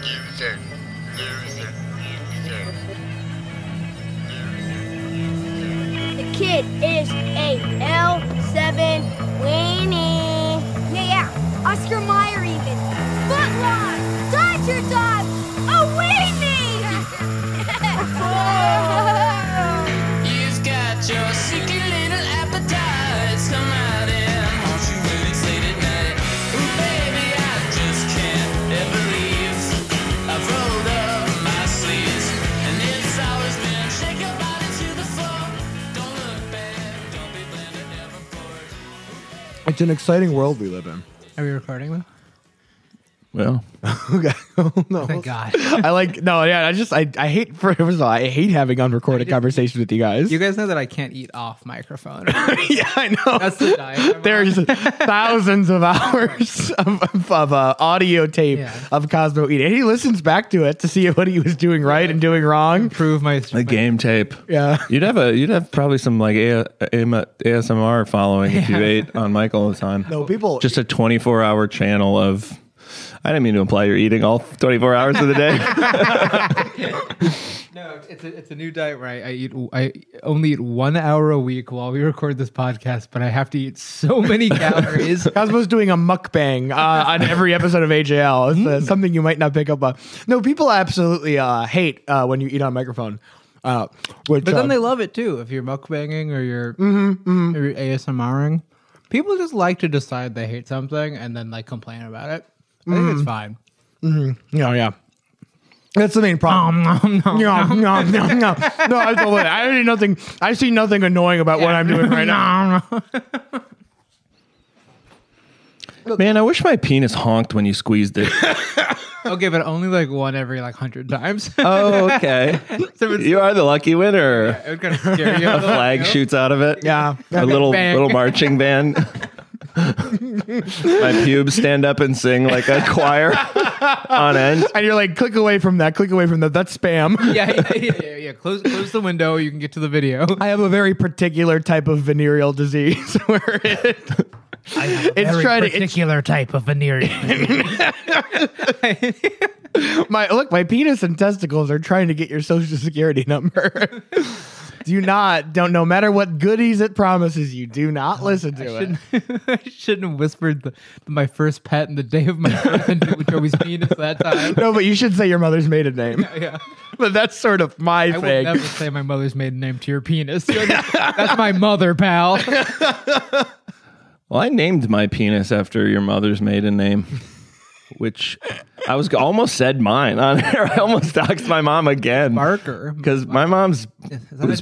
Loser. Loser. Loser. The kid is a L7 Winnie. Yeah, yeah. Oscar Meyer even. Footlong. Dodger Dog. A weenie. You've got your secret little appetite. Come out and haunt you when it's late at night. Ooh, baby, I just can't ever leave. I've rolled up my sleeves, and it's always been shake your body to the floor. Don't look back, don't be blind and never bored. It's an exciting world we live in. Are we recording though? Well, Okay. no. Thank God. I like no, yeah. I just I, I hate first of all I hate having unrecorded conversations with you guys. You guys know that I can't eat off microphone. yeah, I know. That's the diet. I'm There's on. thousands of hours of, of, of, uh, audio tape Yeah. of Cosmo eating. And he listens back to it to see what he was doing right and doing wrong. prove my Like, my- A game tape. Yeah. You'd have a you'd have probably some like a, AM ASMR following if you ate on Mike all the time. No, people. Just a 24 hour channel of. I didn't mean to imply you're eating all 24 hours of the day. No, it's a, it's a new diet where I, I eat I only eat one hour a week while we record this podcast, but I have to eat so many calories. Cosmo's doing a mukbang uh, on every episode of AJL. It's Hmm. uh, something you might not pick up on. No, people absolutely uh, hate uh, when you eat on microphone. Uh, which, But uh, then they love it too. If you're mukbanging or you're, or you're ASMRing, people just like to decide they hate something and then like complain about it. I think it's fine. Yeah, yeah. That's the main problem. Um, nom, No, no, no, no, no! I don't like- I see nothing. I see nothing annoying about what I'm doing right now. nom, nom. Man, I wish my penis honked when you squeezed it. okay, but only like one every like hundred times. oh, okay. you are the lucky winner. it would kind of scare you. A flag shoots out of it. Yeah, A little Bang. little marching band. my pubes stand up and sing like a choir on end. and you're like, click away from that. Click away from that. That's spam. Yeah, yeah, yeah, yeah, yeah. Close, close the window. You can get to the video. I have a very particular type of venereal disease where it, it's trying to. It's, particular type of venereal. my look, my penis and testicles are trying to get your social security number. do not, don't. No matter what goodies it promises you, do Oh, not listen to it. I shouldn't have whispered the, my first pet in the day of my birth into Joey's penis that time. No, but you should say your mother's maiden name. Yeah. But that's sort of my I will thing. never say my mother's maiden name to your penis. That's my mother, pal. Well, I named my penis after your mother's maiden name, which I was almost said mine on air. I almost doxed my mom again Barker. because my mom's was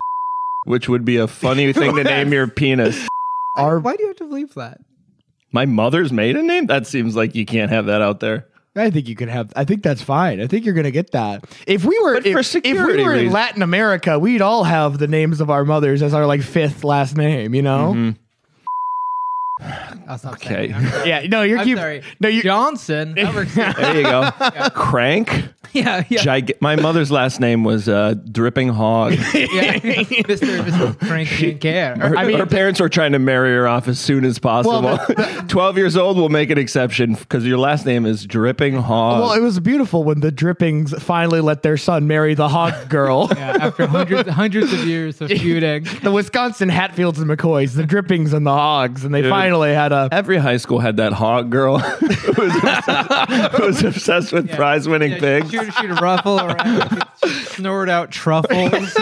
which would be a funny thing to name your penis. Our- Why do you have to believe that? My mother's maiden name? That seems like you can't have that out there. I think you can have. I think that's fine. I think you're going to get that. If we were, But for if, if we security were in reasons. Latin America, we'd all have the names of our mothers as our like fifth last name. You know? I'll stop Okay. saying it. I'm- Yeah. No, you're I'm keep- sorry. No, you. Johnson. That works. There you go. Crank. yeah, yeah. Gig- my mother's last name was uh, Dripping Hog. yeah. Mr. Mr. Frank didn't care. Her, her parents were trying to marry her off as soon as possible. Twelve years old will make an exception because your last name is Dripping Hog. Well, it was beautiful when the drippings finally let their son marry the hog girl. Yeah, after hundreds, hundreds of years of feuding. The Wisconsin Hatfields and McCoys, the drippings and the hogs, and they finally had a. Every high school had that hog girl who was obsessed, who was obsessed with prize winning Yeah, pigs. she would she'd ruffle around, she'd snort out truffles.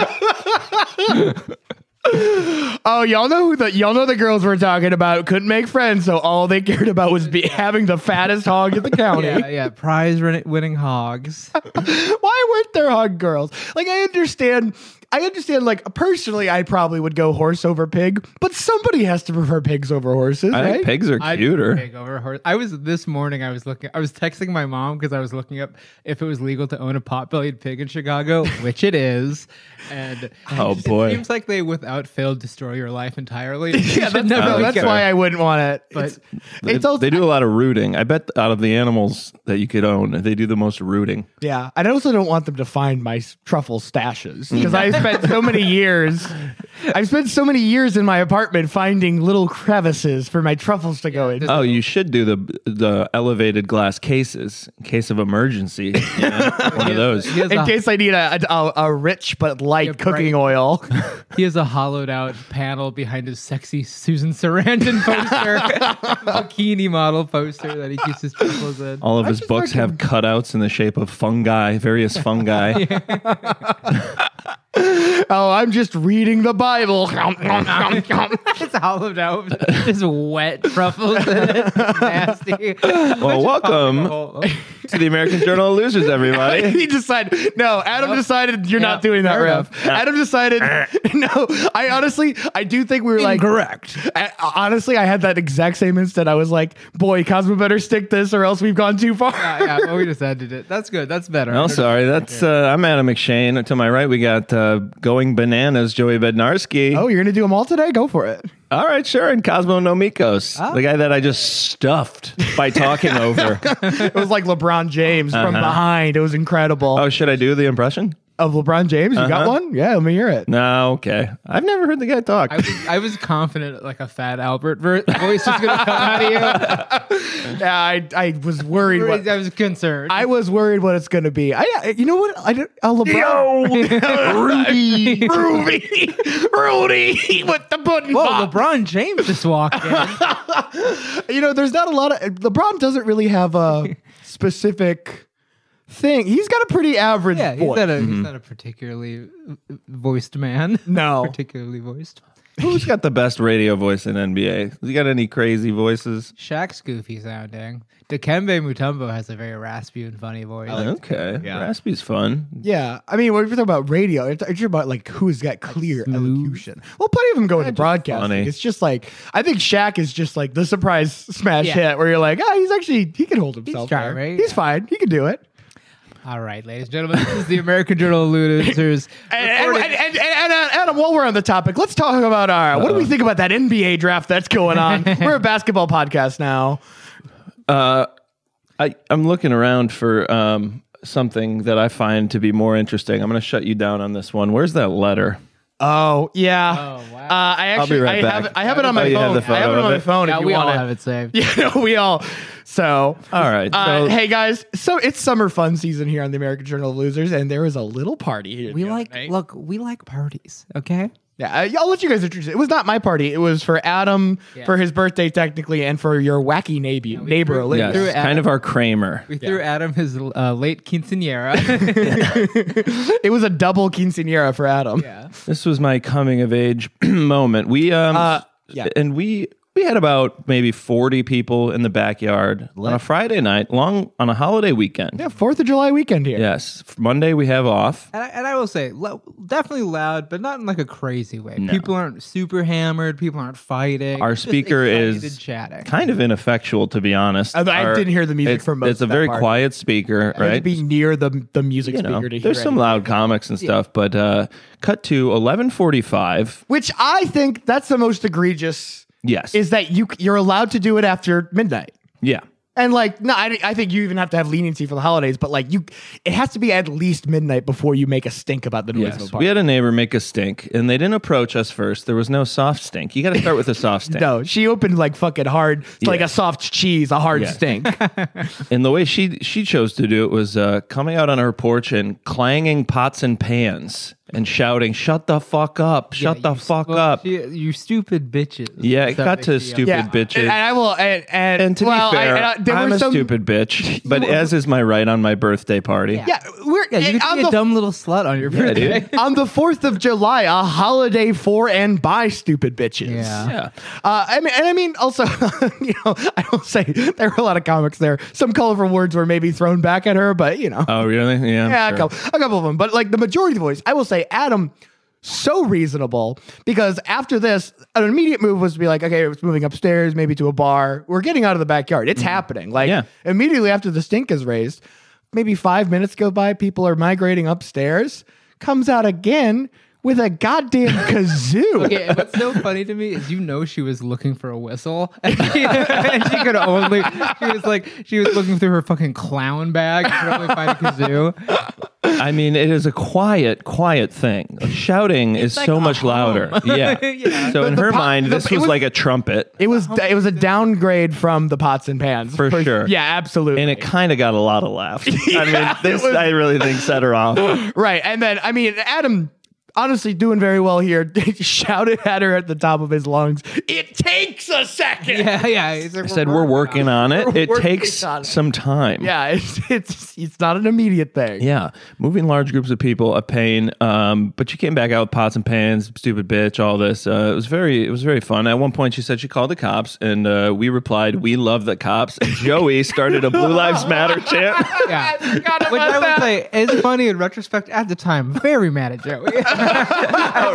Oh, y'all know who the y'all know the girls we're talking about couldn't make friends, so all they cared about was be, having the fattest hog in the county. yeah, yeah, prize win- winning hogs. Why weren't there hog girls? Like I understand I understand like personally I probably would go horse over pig, but somebody has to prefer pigs over horses, I right? think pigs are I'd cuter. take over horse. I was this morning. I was looking. I was texting my mom because I was looking up if it was legal to own a pot-bellied pig in Chicago, which it is. And Oh, it boy. seems like they, without fail, destroy your life entirely. yeah, that's, no, that's fair. why I wouldn't want it. But- it's They, it's also, they do a lot of rooting. I bet out of the animals that you could own, they do the most rooting. yeah. I also don't want them to find my s- truffle stashes because I spent so many years. I've spent so many years in my apartment finding little crevices for my truffles to go in. Oh, you should do the the elevated glass cases in case of emergency. you know, one of those. He has, In a, case I need a, a, a rich but light Yeah, cooking bright. oil. he has a hollowed out panel behind his sexy Susan Sarandon poster, bikini model poster that he keeps his pupils in. All of his books have cutouts in the shape of fungi, various fungi. Oh, I'm just reading the Bible. It's hollowed out, just wet truffles in it. Nasty. Well, welcome Oh, to the American Journal of Losers, everybody. he decided no adam decided you're not Yeah, doing that fair riff adam decided no i honestly i do think we were like Incorrect. I, honestly i had that exact same instant i was like boy cosmo better stick this or else we've gone too far yeah, yeah, but we just ended it. That's good. That's better. No, Oh, sorry. That's uh, I'm Adam McShane. To my right, we got uh, going bananas, Joey Bednarski. oh you're gonna do them all today go for it All right, sure. And Cosmo Nomikos, the guy that I just stuffed by talking over. it was like lebron james from behind it was incredible Uh-huh. Oh, should I do the impression? of lebron james you got Uh-huh. one yeah let me hear it No, okay. I've never heard the guy talk. I was, I was confident like a fat Albert ver- voice was going to come out of you. yeah i, I was worried what I was concerned. I was worried what it's going to be. I, I- you know what? I uh, don't, a LeBron, Rudy, Rudy, Rudy with the pudding Whoa, pop. LeBron James just walked in. You know, there's not a lot of LeBron doesn't really have a specific thing. He's got a pretty average Yeah, he's voice. not, a, he's not a particularly uh, voiced man. no, particularly voiced. Who's got the best radio voice in NBA? You got any crazy voices? Shaq's goofy sounding. Dikembe Mutombo has a very raspy and funny voice. Okay. Raspy's fun. yeah. I mean, when we're talking about radio, it's, it's about like who's got clear elocution. Well, plenty of them go into broadcasting. funny. It's just like I think Shaq is just like the surprise smash Yeah. hit where you're like, ah, he's actually he can hold himself. trying, there. right? He's fine. He can do it. All right, ladies and gentlemen, this is the American Journal of Losers. And, recorded- and, and, and, and Adam, while we're on the topic, let's talk about our. What do we think about that NBA draft that's going on? we're a basketball podcast now. I, I'm looking around for um, something that I find to be more interesting. I'm going to shut you down on this one. Where's that letter? Oh yeah. Oh, wow. Uh, I I'll be actually right I have back. it, I have it on my Oh, you phone. have the I have it photo on of my it? phone. Yeah, if you we want all it. have it saved. You know, we all. So. All right. Uh, so- hey guys, so it's summer fun season here on the American Journal of Losers, and there was a little party here. We the other like night. look, we like parties, okay? yeah. I- I'll let you guys introduce it. It was not my party. It was for Adam Yeah. for his birthday, technically, and for your wacky neighbor, neighbor threw- Olivia. threw yes, at- kind of our Kramer. We threw Adam his uh, late quinceanera. It was a double quinceanera for Adam. yeah. This was my coming of age moment. We um Uh, yeah. and we we had about maybe 40 people in the backyard on a Friday night, long on a holiday weekend. Yeah, Fourth of July weekend here. Yes, Monday we have off. And I, and I will say, lo- definitely loud, but not in like a crazy way. People aren't super hammered. People aren't fighting. Our Just speaker excited is chatting. Kind of ineffectual, to be honest. I- I Our- didn't hear the music it's, for most It's a of that very part. quiet speaker, You have right? to be near the the music You speaker know, to hear. there's some anything. loud comics and stuff, but uh, cut to 11:45. which I think that's the most egregious. Yes, Is that you? You're allowed to do it after midnight. yeah, And like, no, I, I think you even have to have leniency for the holidays, but like, you, it has to be at least midnight before you make a stink about the noise of yes. a We party. had a neighbor make a stink, and they didn't approach us first. There was no soft stink. You got to start with a soft stink. no, she opened like fucking hard, it's like Yeah. a soft cheese, a hard Yeah. stink. And the way she she chose to do it was uh, coming out on her porch and clanging pots and pans and shouting, "Shut the fuck up! Shut the you fuck well, up!" she- you stupid bitches. Yeah, it Is that got the to key of- stupid bitches. uh, And, and I will, and, and, And to well, be fair, I, I, and I- there am were a some, stupid bitch, but as is my right on my birthday party. Yeah, we're Yeah, you and could on be a the dumb little slut on your Yeah, birthday. dude. on the 4th of July, a holiday for and by stupid bitches. Yeah. Yeah. Uh, I mean, and I mean, also, you know, I will say there were a lot of comics there. Some colorful words were maybe thrown back at her, but, you know, Oh, really? Yeah. yeah, sure. a, couple, a couple of them. But, like, the majority of the voice, I will say, Adam, so reasonable because after this, an immediate move was to be like, okay, it's moving upstairs, maybe to a bar. We're getting out of the backyard. It's happening. Like, Mm-hmm. Yeah. immediately after the stink is raised, maybe five minutes go by, people are migrating upstairs, comes out again with a goddamn kazoo. Okay, and what's so funny to me is you know she was looking for a whistle, and she, and she could only she was like she was looking through her fucking clown bag, and could only find a kazoo. I mean, it is a quiet, quiet thing. Shouting is so like much a louder. Yeah. Yeah. So in the her po- mind, the- this it was, was- like a trumpet, It was it was a downgrade from the pots and pans For sure. Yeah, absolutely. and it kind of got a lot of laughs. I mean, this I really think set her off. right, and then I mean Adam. Honestly, doing very well here. shouted at her at the top of his lungs. It takes a second. yeah, yeah. he's like, I said, "We're working on it. We're It working takes on it." some time." Yeah, it's it's it's not an immediate thing. Yeah, moving large groups of people a pain. Um, but you came back out with pots and pans, stupid bitch, all this. Uh, it was very, it was very fun. At one point, she said she called the cops, and uh, we replied, "We love the cops." And Joey started a Blue Lives Matter chant. Yeah. Which I would say is funny in retrospect. At the time, very mad at Joey. oh, really?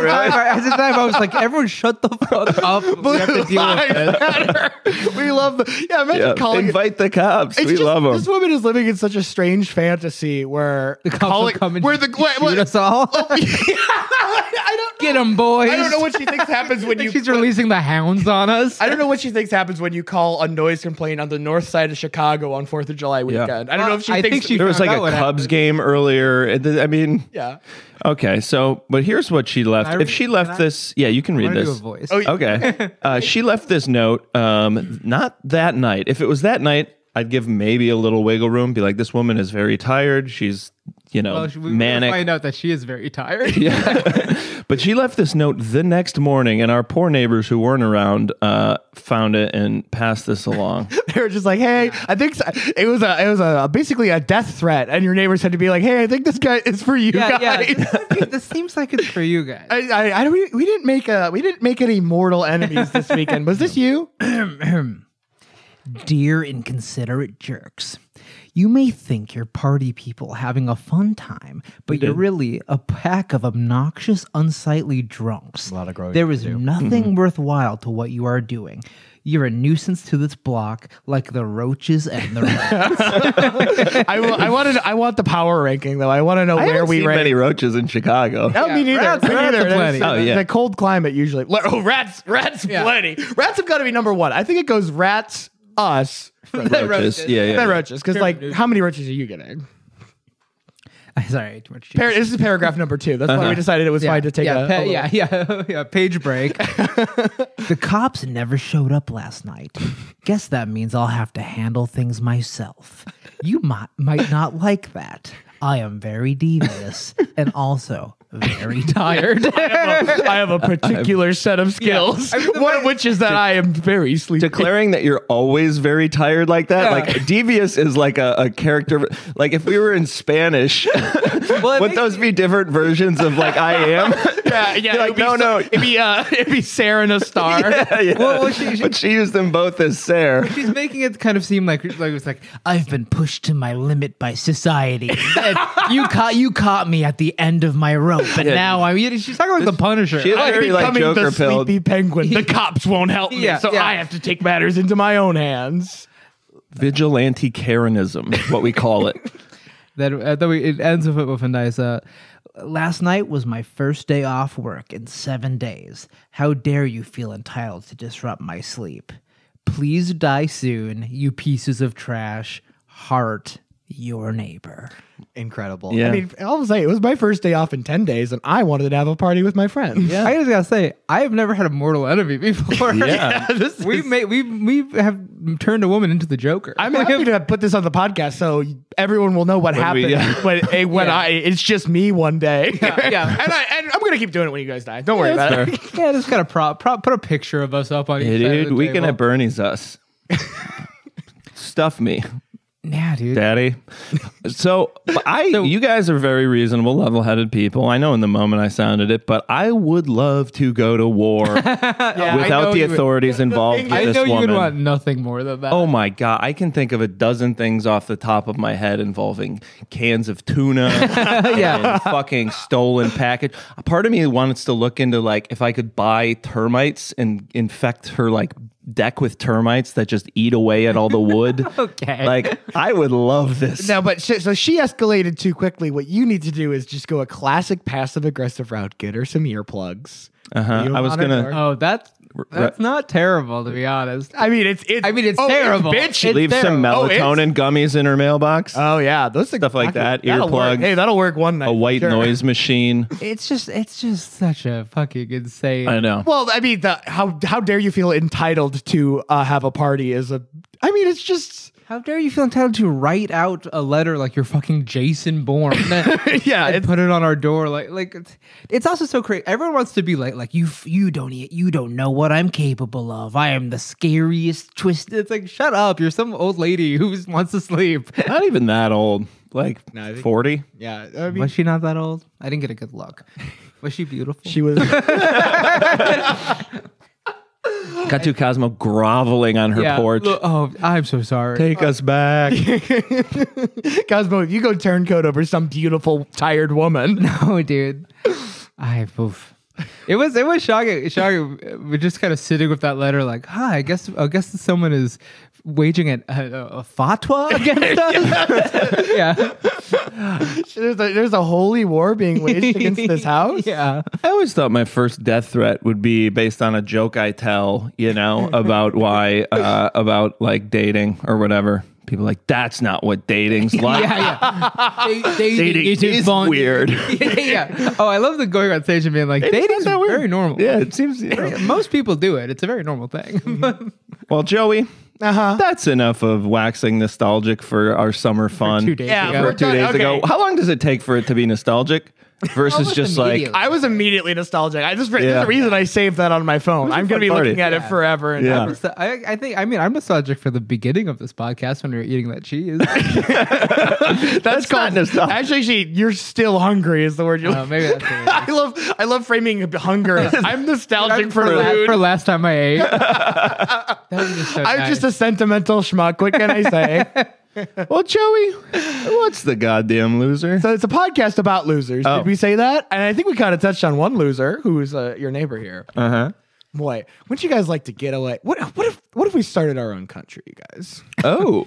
at the time, I was like, everyone shut the fuck up. We have to deal with this. we love. The, yeah, imagine Yeah, calling. it- invite the cops. It's we just- love 'em. This woman is living in such a strange fantasy where The cops will come and where the where- shoot what- us all. I don't know. Get them, boys. I don't know what she thinks happens when you. She's releasing the hounds on us. I don't know what she thinks happens when you call a noise complaint on the north side of Chicago on Fourth of July Yeah. weekend. I don't know if she I thinks. think she there was found like out a what Cubs happened. game earlier. and th- I mean, yeah. okay. So, but here's what she left. I if read- she can left I- this, yeah, you can I'm read gonna do a this. voice. Oh, Okay. Uh, she left this note um, not that night. If it was that night, I'd give maybe a little wiggle room. Be like, this woman is very tired. She's, you know, Well, Oh, we- we manic. find out that she is very tired. But she left this note the next morning, and our poor neighbors who weren't around uh, found it and passed this along. They were just like, "Hey, I think so. it was a it was a basically a death threat," and your neighbors had to be like, "Hey, I think this guy is for you yeah, yeah. guys." This, might be- this seems like it's for you guys. I, I, I don't, we, we didn't make a we didn't make any mortal enemies this weekend. Was this you? Dear inconsiderate jerks, you may think you're party people having a fun time, but you're really a pack of obnoxious, unsightly drunks. A lot of growing there is nothing worthwhile to what you are doing. You're a nuisance to this block, like the roaches and the rats. I, will- I wanted I want the power ranking though. I want to know I where haven't we seen rank. many roaches in Chicago. No, me neither. rats- me rats neither. are plenty. That's- Oh, yeah. The cold climate usually. Oh, rats, rats, plenty. Rats have got to be number one. I think it goes rats, us, roaches. Yeah, yeah. then roaches. Because like, how many roaches are you getting? Sorry, too much. juice. Par- this is paragraph number two. That's Uh-huh. why we decided it was fine to take yeah, a. pa- a little- yeah, yeah, yeah, page break. the cops never showed up last night. Guess that means I'll have to handle things myself. You might might not like that. I am very devious and also very tired. I have a particular set of skills. one of which is that I am very sleepy. declaring that you're always very tired like that like devious is like a, a character like if we were in spanish would makes those be different versions of like i am yeah, yeah. You're like, it'd be no, so- no. It'd be uh, it'd be Sarah and a star. Yeah. Well, well, she- she- but she used them both as Sarah. She's making it kind of seem like like it's like I've been pushed to my limit by society. And you caught you caught me at the end of my rope, and Yeah. now I'm. She's talking about the Punisher. she is I'm very like becoming Joker the pilled. sleepy penguin. The cops won't help me, Yeah, so yeah. I have to take matters into my own hands. Vigilante Karenism, is what we call it. That uh, that we, it ends with with a nice. Uh, Last night was my first day off work in seven days. How dare you feel entitled to disrupt my sleep? Please die soon, you pieces of trash. Heart, your neighbor. Incredible. Yeah. I mean, I'll say it was my first day off in ten days, and I wanted to have a party with my friends. Yeah. I just gotta say, I have never had a mortal enemy before. Yeah. this we is- made we we have turned a woman into the Joker. I'm happy to put this on the podcast so everyone will know what happened we- yeah. when, eh, when I it's just me one day. yeah. and, I, and I'm gonna keep doing it when you guys die. Don't worry about it. yeah, just gotta prop, prop put a picture of us up on Yeah, each side of dude, the weekend table. at Bernie's us. Stuff me. Yeah, dude. Daddy. So but I, you guys are very reasonable, level-headed people. I know in the moment I sounded it, but I would love to go to war know without the you would. authorities involved with I this know you woman. would want nothing more than that. Oh my god, I can think of a dozen things off the top of my head involving cans of tuna, yeah, fucking stolen package. A part of me wants to look into like if I could buy termites and infect her like deck with termites that just eat away at all the wood. Okay. like I would love this. No, but she, so she escalated too quickly. What you need to do is just go a classic passive aggressive route. Get her some earplugs. Uh-huh. You I was monitor. gonna. Oh, that's That's not terrible, to be honest. I mean, it's it, I mean, it's oh, terrible. It's bitchy. It- Leave some Oh, it's- melatonin gummies in her mailbox. oh yeah, those things Stuff like that, that'll work. earplugs. Hey, that'll work one night. a white sure. noise machine. It's just, it's just such a fucking insane. I know. Well, I mean, the, how how dare you feel entitled to uh, have a party? Is a I mean, it's just How dare you feel entitled to write out a letter like you're fucking Jason Bourne? Yeah, and it's- put it on our door like like it's, it's also so crazy. Everyone wants to be like like you f- you don't e- you don't know what I'm capable of. I am the scariest twist. It's like shut up. You're some old lady who just wants to sleep. Not even that old. Like No, I think- 40. Yeah, I mean, Was she not that old? I didn't get a good look. Was she beautiful? she was. Got to Cosmo groveling on her Yeah. porch. Look- oh, I'm so sorry. Take us back. Cosmo, if you go turncoat over some beautiful tired woman, Oh, dude. I oof. It was it was shocking. Shocking. We're just kind of sitting with that letter, like, "Hi, I guess I guess someone is waging an, a, a fatwa against us." yeah, there's a, there's a holy war being waged against this house. yeah. I always thought my first death threat would be based on a joke I tell, you know, about why, uh, about like dating or whatever. People are like, that's not what dating's like. yeah, yeah. They, they, Dating is weird. yeah, yeah. Oh, I love the going on stage and being like, Dating's dating's not that weird. very normal. yeah, it seems. You know. Most people do it. It's a very normal thing. Well, Joey, Uh-huh. that's enough of waxing nostalgic for our summer fun. Two days Yeah, ago. For we're- two days ago. Okay. How long does it take for it to be nostalgic versus Almost just like, immediately. I was immediately nostalgic. I just there's Yeah. a reason I saved that on my phone. I'm gonna be fun party. looking at it forever and Yeah. ever. So I, I think I mean I'm nostalgic for the beginning of this podcast when we were eating that cheese. Uh, That's, not called nostalgic. Actually, actually, you're still hungry is the word you. Oh, maybe that's what it is. I love I love framing hunger. as, I'm nostalgic for for, la- food. for last time I ate. that was just so I'm nice. just a sentimental schmuck. What can I say? well, Joey, what's the goddamn loser? so it's a podcast about losers. Oh. Did we say that? And I think we kind of touched on one loser, who's uh, your neighbor here. Uh huh. Boy, wouldn't you guys like to get away? What what if what if we started our own country, you guys? Oh,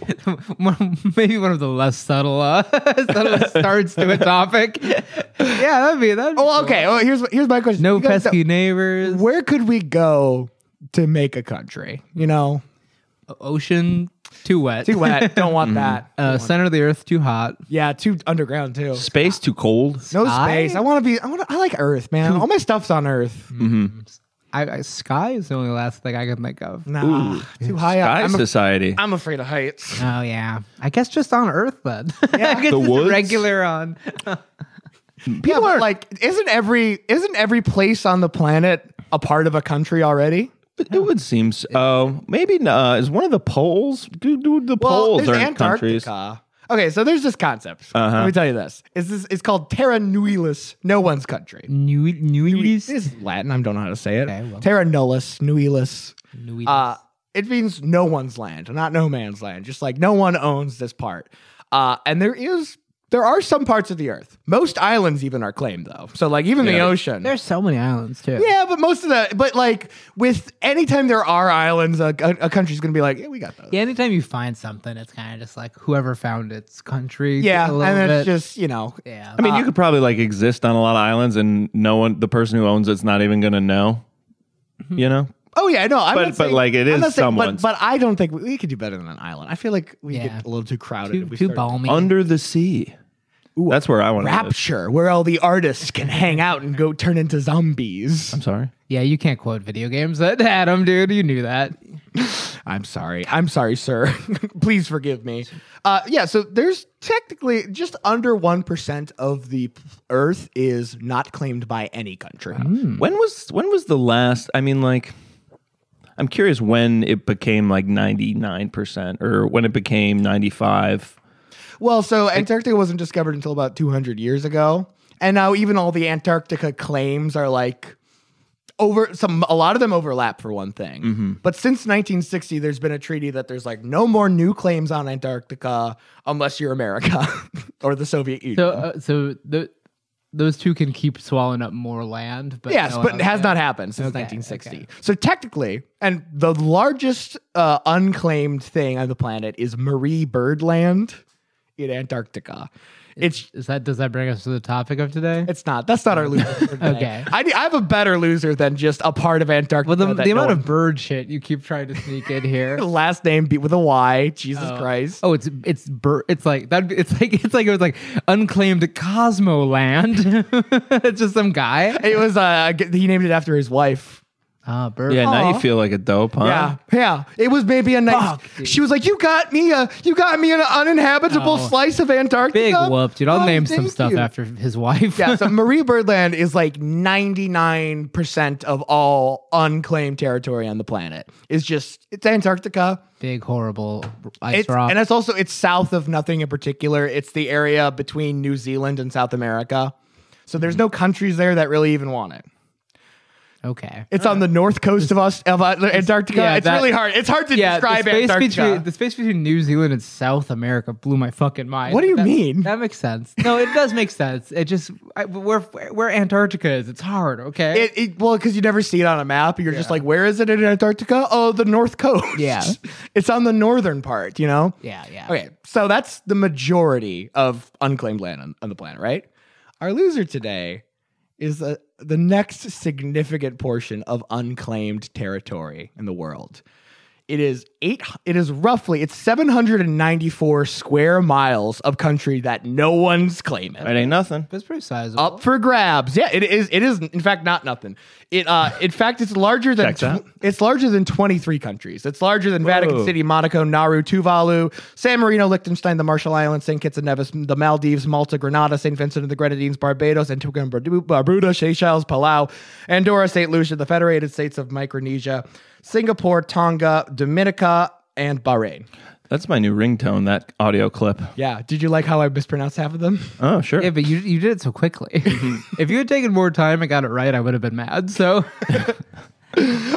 One- maybe one of the less subtle, uh, subtle starts to a topic. Yeah, that'd be that. Oh, okay. Well, here's here's my question. No You guys pesky know- neighbors. Where could we go to make a country? You know, Ocean too wet. too wet. Don't want that. Uh, center of the earth too hot. Yeah, too underground too. space too cold. No Sky? space. I want to be. I want. to I like Earth, man. All my stuff's on Earth. I, I, sky is the only last thing I can think of. Nah, too high up. High I'm, af- society. I'm afraid of heights. Oh yeah, I guess just on Earth then. Yeah, I guess The just woods? regular on. yeah, but like, isn't every isn't every place on the planet a part of a country already? But it would seem so. Oh, maybe uh, is one of the poles? Do, do the poles are in countries? Okay, so there's this concept. Uh-huh. Let me tell you this. It's this. It's called terra nullius, no one's country. New New This is Latin. I don't know how to say it. Okay, well. Terra nullis, nullius. New Uh, it means no one's land, not no man's land. Just like no one owns this part. Uh, and there is, there are some parts of the earth. Most islands even are claimed though. So like even the Yeah. ocean. There's so many islands too. yeah, but most of the, but like with anytime there are islands, a, a, a country's gonna be like, yeah, we got those. Yeah, anytime you find something, it's kind of just like whoever found its country. Yeah, a little and it's bit. just you know, yeah. I mean, you could probably like exist on a lot of islands, and no one, the person who owns it's not even going to know. You know, Uh, oh yeah, no, I'm But- not but, saying- like, it I'm is not saying- someone's. But, but I don't think we, we could do better than an island. I feel like we Yeah. get a little too crowded. too, if we too started- balmy. under the sea. That's where I want to. live. Rapture, where all the artists can hang out and go turn into zombies. I'm sorry. yeah, you can't quote video games at Adam, dude. You knew that. I'm sorry. I'm sorry, sir. Please forgive me. Uh, yeah, so there's technically just under 1% of the p- earth is not claimed by any country. Hmm. When was when was the last? I mean, like, I'm curious when it became like 99 percent, or when it became 95. Well, so Antarctica wasn't discovered until about 200 years ago. And now even all the Antarctica claims are like over some a lot of them overlap for one thing. But since 1960 there's been a treaty that there's like no more new claims on Antarctica unless you're America or the Soviet Union. So, uh, so the, those two can keep swallowing up more land. But Yes, no one but it else has can. not happened since 1960. So technically, and the largest uh, unclaimed thing on the planet is Marie Birdland in Antarctica. It's Is that does that bring us to the topic of today? it's not. That's not our loser. for today. Okay. I, I have a better loser than just a part of Antarctica. Well, the, that the no amount one- of bird shit you keep trying to sneak in here. last name be with a Y. Jesus Oh. Christ. Oh, it's it's bird. It's like that. It's like it's like it was like unclaimed Cosmo land. it's just some guy. It was uh g- he named it after his wife. Ah, bird. Yeah, now Aw. you feel like a dope, huh? Yeah, yeah. It was maybe a nice. she was like, "You got me a, you got me an uninhabitable Oh. slice of Antarctica." Big whoop, dude. I'll Oh, name some thank stuff you." after his wife. yeah, so Marie Birdland is like ninety nine percent of all unclaimed territory on the planet. It's just it's Antarctica. Big horrible ice It's, rock. and it's also it's south of nothing in particular. It's the area between New Zealand and South America. So there's Mm-hmm. no countries there that really even want it. okay. It's on the north coast of us of uh, Antarctica. Uh, yeah, it's that- really hard. It's hard to the describe space, Antarctica. between, the space between New Zealand and South America blew my fucking mind. What do you That- mean? That makes sense. No, it does make sense. It just I, where where Antarctica is, it's hard. Okay. It, it well, because you never see it on a map. You're just like, where is it in Antarctica? Oh, the North Coast. Yeah. it's on the northern part. You know. yeah, yeah. Okay, so that's the majority of unclaimed land on, on the planet, right? Our loser today is uh, the next significant portion of unclaimed territory in the world. It is eight. It is roughly it's 794 square miles of country that no one's claiming It ain't nothing. That's pretty sizable. up for grabs. Yeah, it is. It is in fact not nothing. It uh, in fact, it's larger than Check that. tw- it's larger than twenty three countries. It's larger than Vatican Whoa. City, Monaco, Nauru, Tuvalu, San Marino, Liechtenstein, the Marshall Islands, Saint Kitts and Nevis, the Maldives, Malta, Grenada, Saint Vincent and the Grenadines, Barbados, Antigua and Barbu- Barbuda, Seychelles, Palau, Andorra, Saint Lucia, the Federated States of Micronesia, Singapore, Tonga, Dominica, and Bahrain. That's my new ringtone, that audio clip. Yeah. Did you like how I mispronounced half of them? Oh, sure. Yeah, but you you did it so quickly. Mm-hmm. if you had taken more time and got it right, I would have been mad. So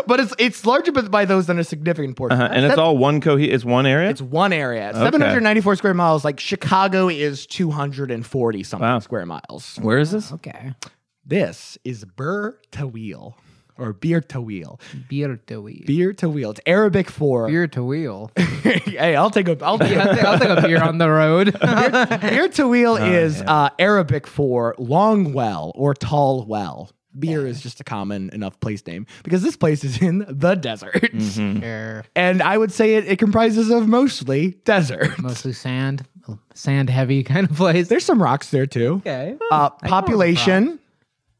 But it's it's larger by- by those than a significant portion. Uh-huh. And it's all one cohe it's one area? It's one area. 794 square miles. Like Chicago is 240 something Wow. square miles. Where is this? okay, This is Bur Tawil or Beer Tawil. beer to wheel. Beer Tawil. It's Arabic for. Beer to wheel. hey, I'll take a. I'll I'll take, I'll take a beer on the road. Beer Tawil is uh, Arabic for long well or tall well. Beer is just a common enough place name because this place is in the desert. Beer. And I would say it, it comprises of mostly desert. Mostly sand, sand heavy kind of place. There's some rocks there too. Okay. Uh, population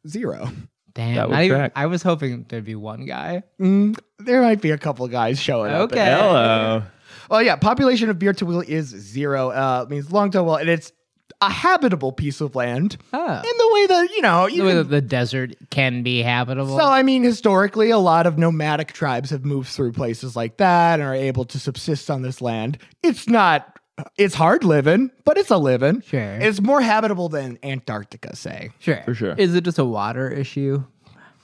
zero. Damn. That would not even- track. I was hoping there'd be one guy. There might be a couple of guys showing up. Okay. Hello. Well, yeah, population of Beer Tawil is zero. Uh, it means long well, and it's a habitable piece of land Oh. in the way that you know you. The way can- that the desert can be habitable. so I mean, historically, a lot of nomadic tribes have moved through places like that and are able to subsist on this land. It's not. It's hard living, but it's a living. Sure. It's more habitable than Antarctica, say. sure. For sure. Is it just a water issue?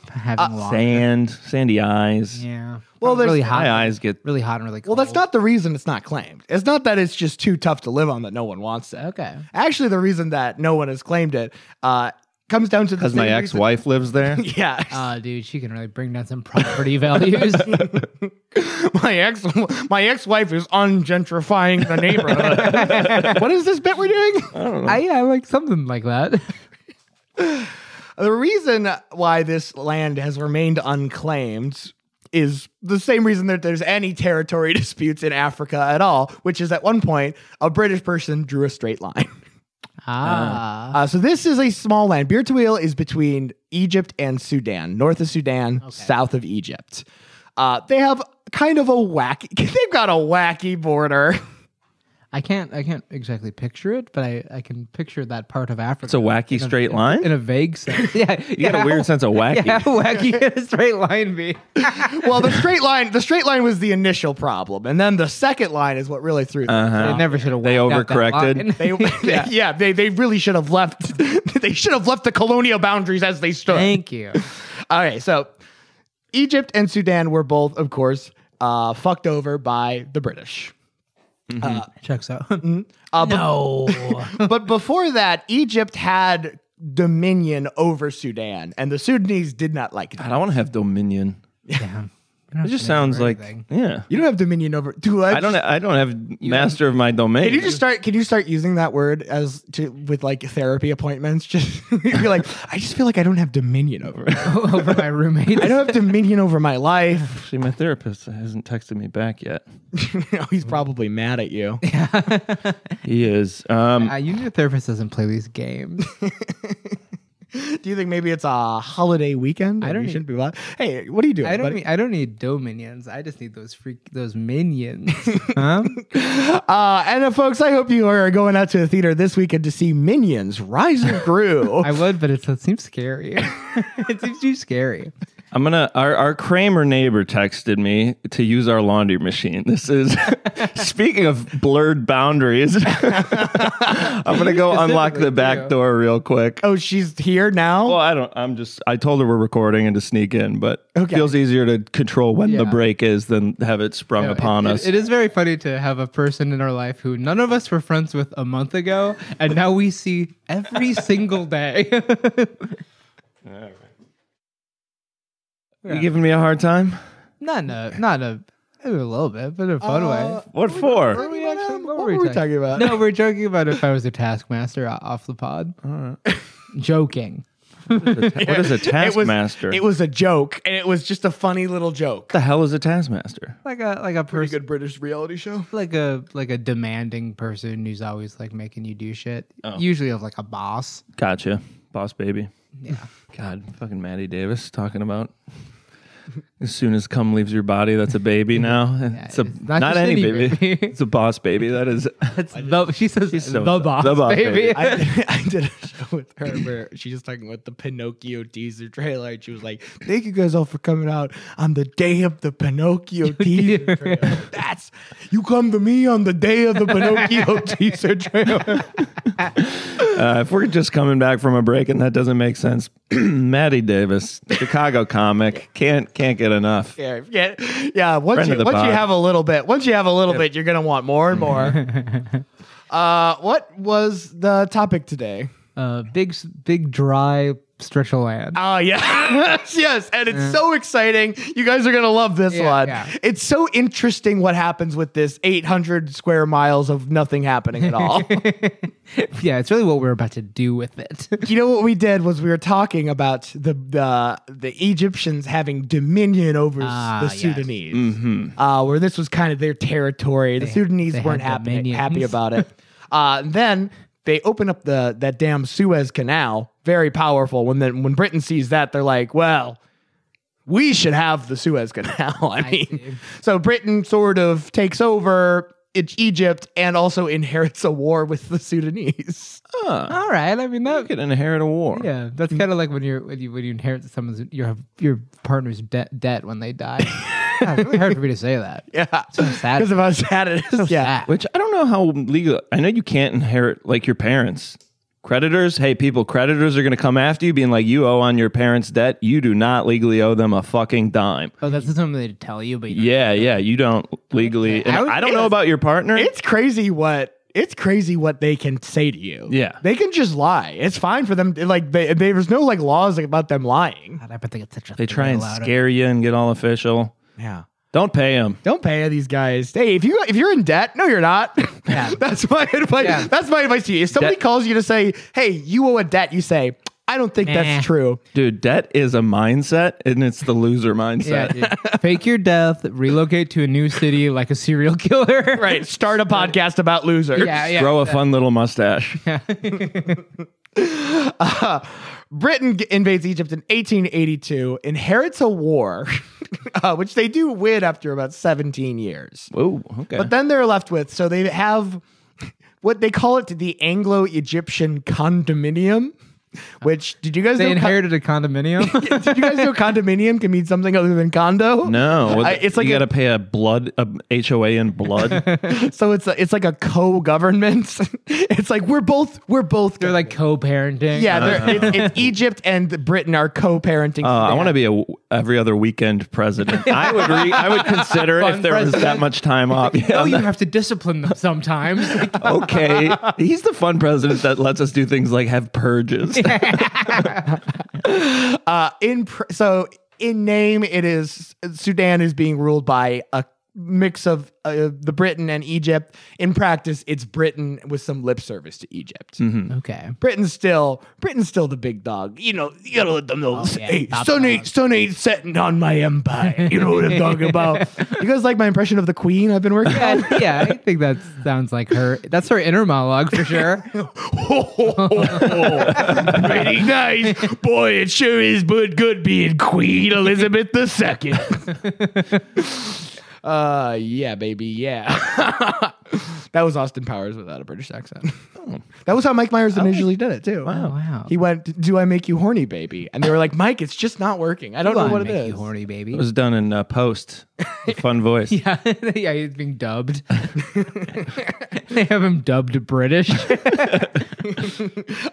Uh, Having water. Sand, sandy eyes. Yeah. Well, there's- really hot. My eyes get Really hot and really Well, cold. that's not the reason it's not claimed. It's not that it's just too tough to live on that no one wants it. Okay. Actually, the reason that no one has claimed it uh, comes down to the because my same ex wife lives there. reason- Yeah, Uh, dude, she can really bring down some property values. my ex, my ex-wife is ungentrifying the neighborhood. what is this bit we're doing? I, yeah, I like something like that. The reason why this land has remained unclaimed is the same reason that there's any territory disputes in Africa at all, which is at one point a British person drew a straight line. Ah, Uh, so this is a small land. Beer Tawil is between Egypt and Sudan, north of Sudan, south of Egypt. Uh, they have kind of a wacky. They've got a wacky border. I can't. I can't exactly picture it, but I, I can picture that part of Africa. It's a wacky straight line. in a vague sense. yeah, You got a weird sense of wacky. Yeah, how wacky can a straight line be? well, the straight line. The straight line was the initial problem, and then the second line is what really threw. Them. They never should have. They walked out that overcorrected. line. They, yeah. they they really should have left. they should have left the colonial boundaries as they stood. Thank you. All right, so Egypt and Sudan were both, of course, uh, fucked over by the British. Checks out. Uh, but- no. but before that, Egypt had dominion over Sudan, and the Sudanese did not like it. God, I want to have dominion. Damn. It just sounds like yeah. You don't have dominion over. Do I? I don't. I don't have master of my domain. Can you just start? Can you start using that word as to with like therapy appointments? Just you're like, I just feel like I don't have dominion over. It. over my roommate. I don't have dominion over my life. See, my therapist hasn't texted me back yet. Oh, He's probably mad at you. He is. Um, Uh, you need a therapist doesn't play these games. Do you think maybe it's a holiday weekend? I don't You e- shouldn't be. li- Hey, what are you doing? I don't. buddy? Need, I don't need dominions. I just need those freak those minions. huh? e- Uh, and uh, folks, I hope you are going out to the theater this weekend to see Minions: Rise and Grew. I would, but it's, it seems scary. it seems too scary. I'm gonna. Our, our Kramer neighbor texted me to use our laundry machine. This is speaking of blurred boundaries. I'm gonna go unlock the Specifically, back too. door real quick. oh, she's here now. Well, I don't. I'm just. I told her we're recording and to sneak in, but Okay. it feels easier to control when the Yeah. break is than have it sprung No, it- upon it- us. it is very funny to have a person in our life who none of us were friends with a month ago, and now we see every single day. you giving me a hard time? not in a, not a, a little bit, but in a Uh, fun way. What for? we what, actually- um, what what were were we we talking- talking about? No, we're joking about if I was a taskmaster o- off the pod. joking. What is a taskmaster? It was, it was a joke, and it was just a funny little joke. what the hell is a taskmaster? Like a like a person British reality show. like a like a demanding person who's always like making you do shit. Oh. Usually of like a boss. Gotcha, boss baby. Yeah. God, fucking Maddie Davis talking about. As soon as cum leaves your body, that's a baby now. it's a it's not, not just any any baby. baby. it's a boss baby. That is. That's the, she says She's so- the, boss, the boss, baby. baby. I, did- I did a show with her where she was talking about the Pinocchio teaser trailer, and she was like, "Thank you guys all for coming out on the day of the Pinocchio teaser trailer." That's you come to me on the day of the Pinocchio teaser trailer. Uh, if we're just coming back from a break and that doesn't make sense, Maddie Davis, Chicago comic, can't can't get enough. Yeah, yeah, yeah. Once Friend you of the once you pod. have a little bit, once you have a little bit, you're gonna want more and more. uh, what was the topic today? Uh, big s- big dry stretch of land. Oh, yes. yes. And it's so exciting. You guys are going to love this Yeah, one. yeah. It's so interesting what happens with this 800 square miles of nothing happening at all. yeah, it's really what we're about to do with it. you know what we did was we were talking about the the, the Egyptians having dominion over s- Ah, the yes. Sudanese, uh, where this was kind of their territory. The Sudanese they weren't had happy, dominions. happy about it. uh, and then they open up the that damn Suez Canal, very powerful. When then when Britain sees that, they're like, well. We should have the Suez Canal. I mean, see. so Britain sort of takes over E- Egypt and also inherits a war with the Sudanese. All right, I mean You that. could inherit a war. Yeah, that's kind of like when you're when you when you inherit someone's your your partner's de- debt when they die. God, it's really hard for me to say that. Yeah. sad. Because of how sad it is. yeah. Sad. Which I don't know how legal. I know you can't inherit like your parents. Creditors, hey people, creditors are going to come after you, being like, you owe on your parents' debt. You do not legally owe them a fucking dime. Oh, that's something they tell you, but you Yeah, yeah, you don't legally. And I would- I, don't know about your partner. It's crazy what it's crazy what they can say to you. Yeah. They can just lie. It's fine for them. Like they, there's no like laws about them lying. God, I bet they get such a. They try and thrill out of scare you and get all official. Yeah. Don't pay them. Don't pay these guys. Hey, if you if you're in debt, no, you're not. that's my advice. Yeah. That's my advice to you. If somebody Debt- calls you to say, "Hey, you owe a debt," you say, "I don't think Nah. that's true." Dude, debt is a mindset and it's the loser Yeah, mindset. dude. fake your death, relocate to a new city like a serial killer. Right. Start a podcast about losers. Yeah, yeah. Grow a fun little mustache. Britain g- invades Egypt in 1882, inherits a war, uh, which they do win after about 17 years. Whoa, okay. But then they're left with, so they have what they call it the Anglo Egyptian condominium, which did you guys They know? con- inherited a condominium. did you guys know condominium can mean something other than condo? no, I- it's like you a- got to pay a blood, a HOA in blood. So it's a, it's like a co-government. it's like we're both we're both They're like co-parenting. yeah, they're, it's, it's Egypt and Britain are co-parenting. Uh, I want to be a w- every other weekend president. I would re- I would consider if there was that much time off. Yeah, Oh, I'm you not- have to discipline them sometimes. okay, he's the fun president that lets us do things like have purges. in pr- so in name, it is Sudan is being ruled by a mix of uh, the Britain and Egypt. In practice, it's Britain with some lip service to Egypt. Okay. Britain's still Britain's still the big dog. You know, you gotta let them know. Oh, yeah, hey, top Sun ain't dog." Sun ain't setting on my empire. You know what I'm talking about. You guys like my impression of the Queen? I've been working. on? I- yeah, I think that sounds like her. That's her inner monologue for sure. Pretty nice, boy. It sure is, but good being Queen Elizabeth II. uh, yeah, baby, yeah. that was Austin Powers without a British accent. That was how Mike Myers initially did it too. Oh, wow. He went, "Do I make you horny, baby?" And they were like, "Mike, it's just not working. I don't know I what it make is." you horny, baby. It was done in uh, post. Fun voice. yeah, yeah, he's being dubbed. they have him dubbed British.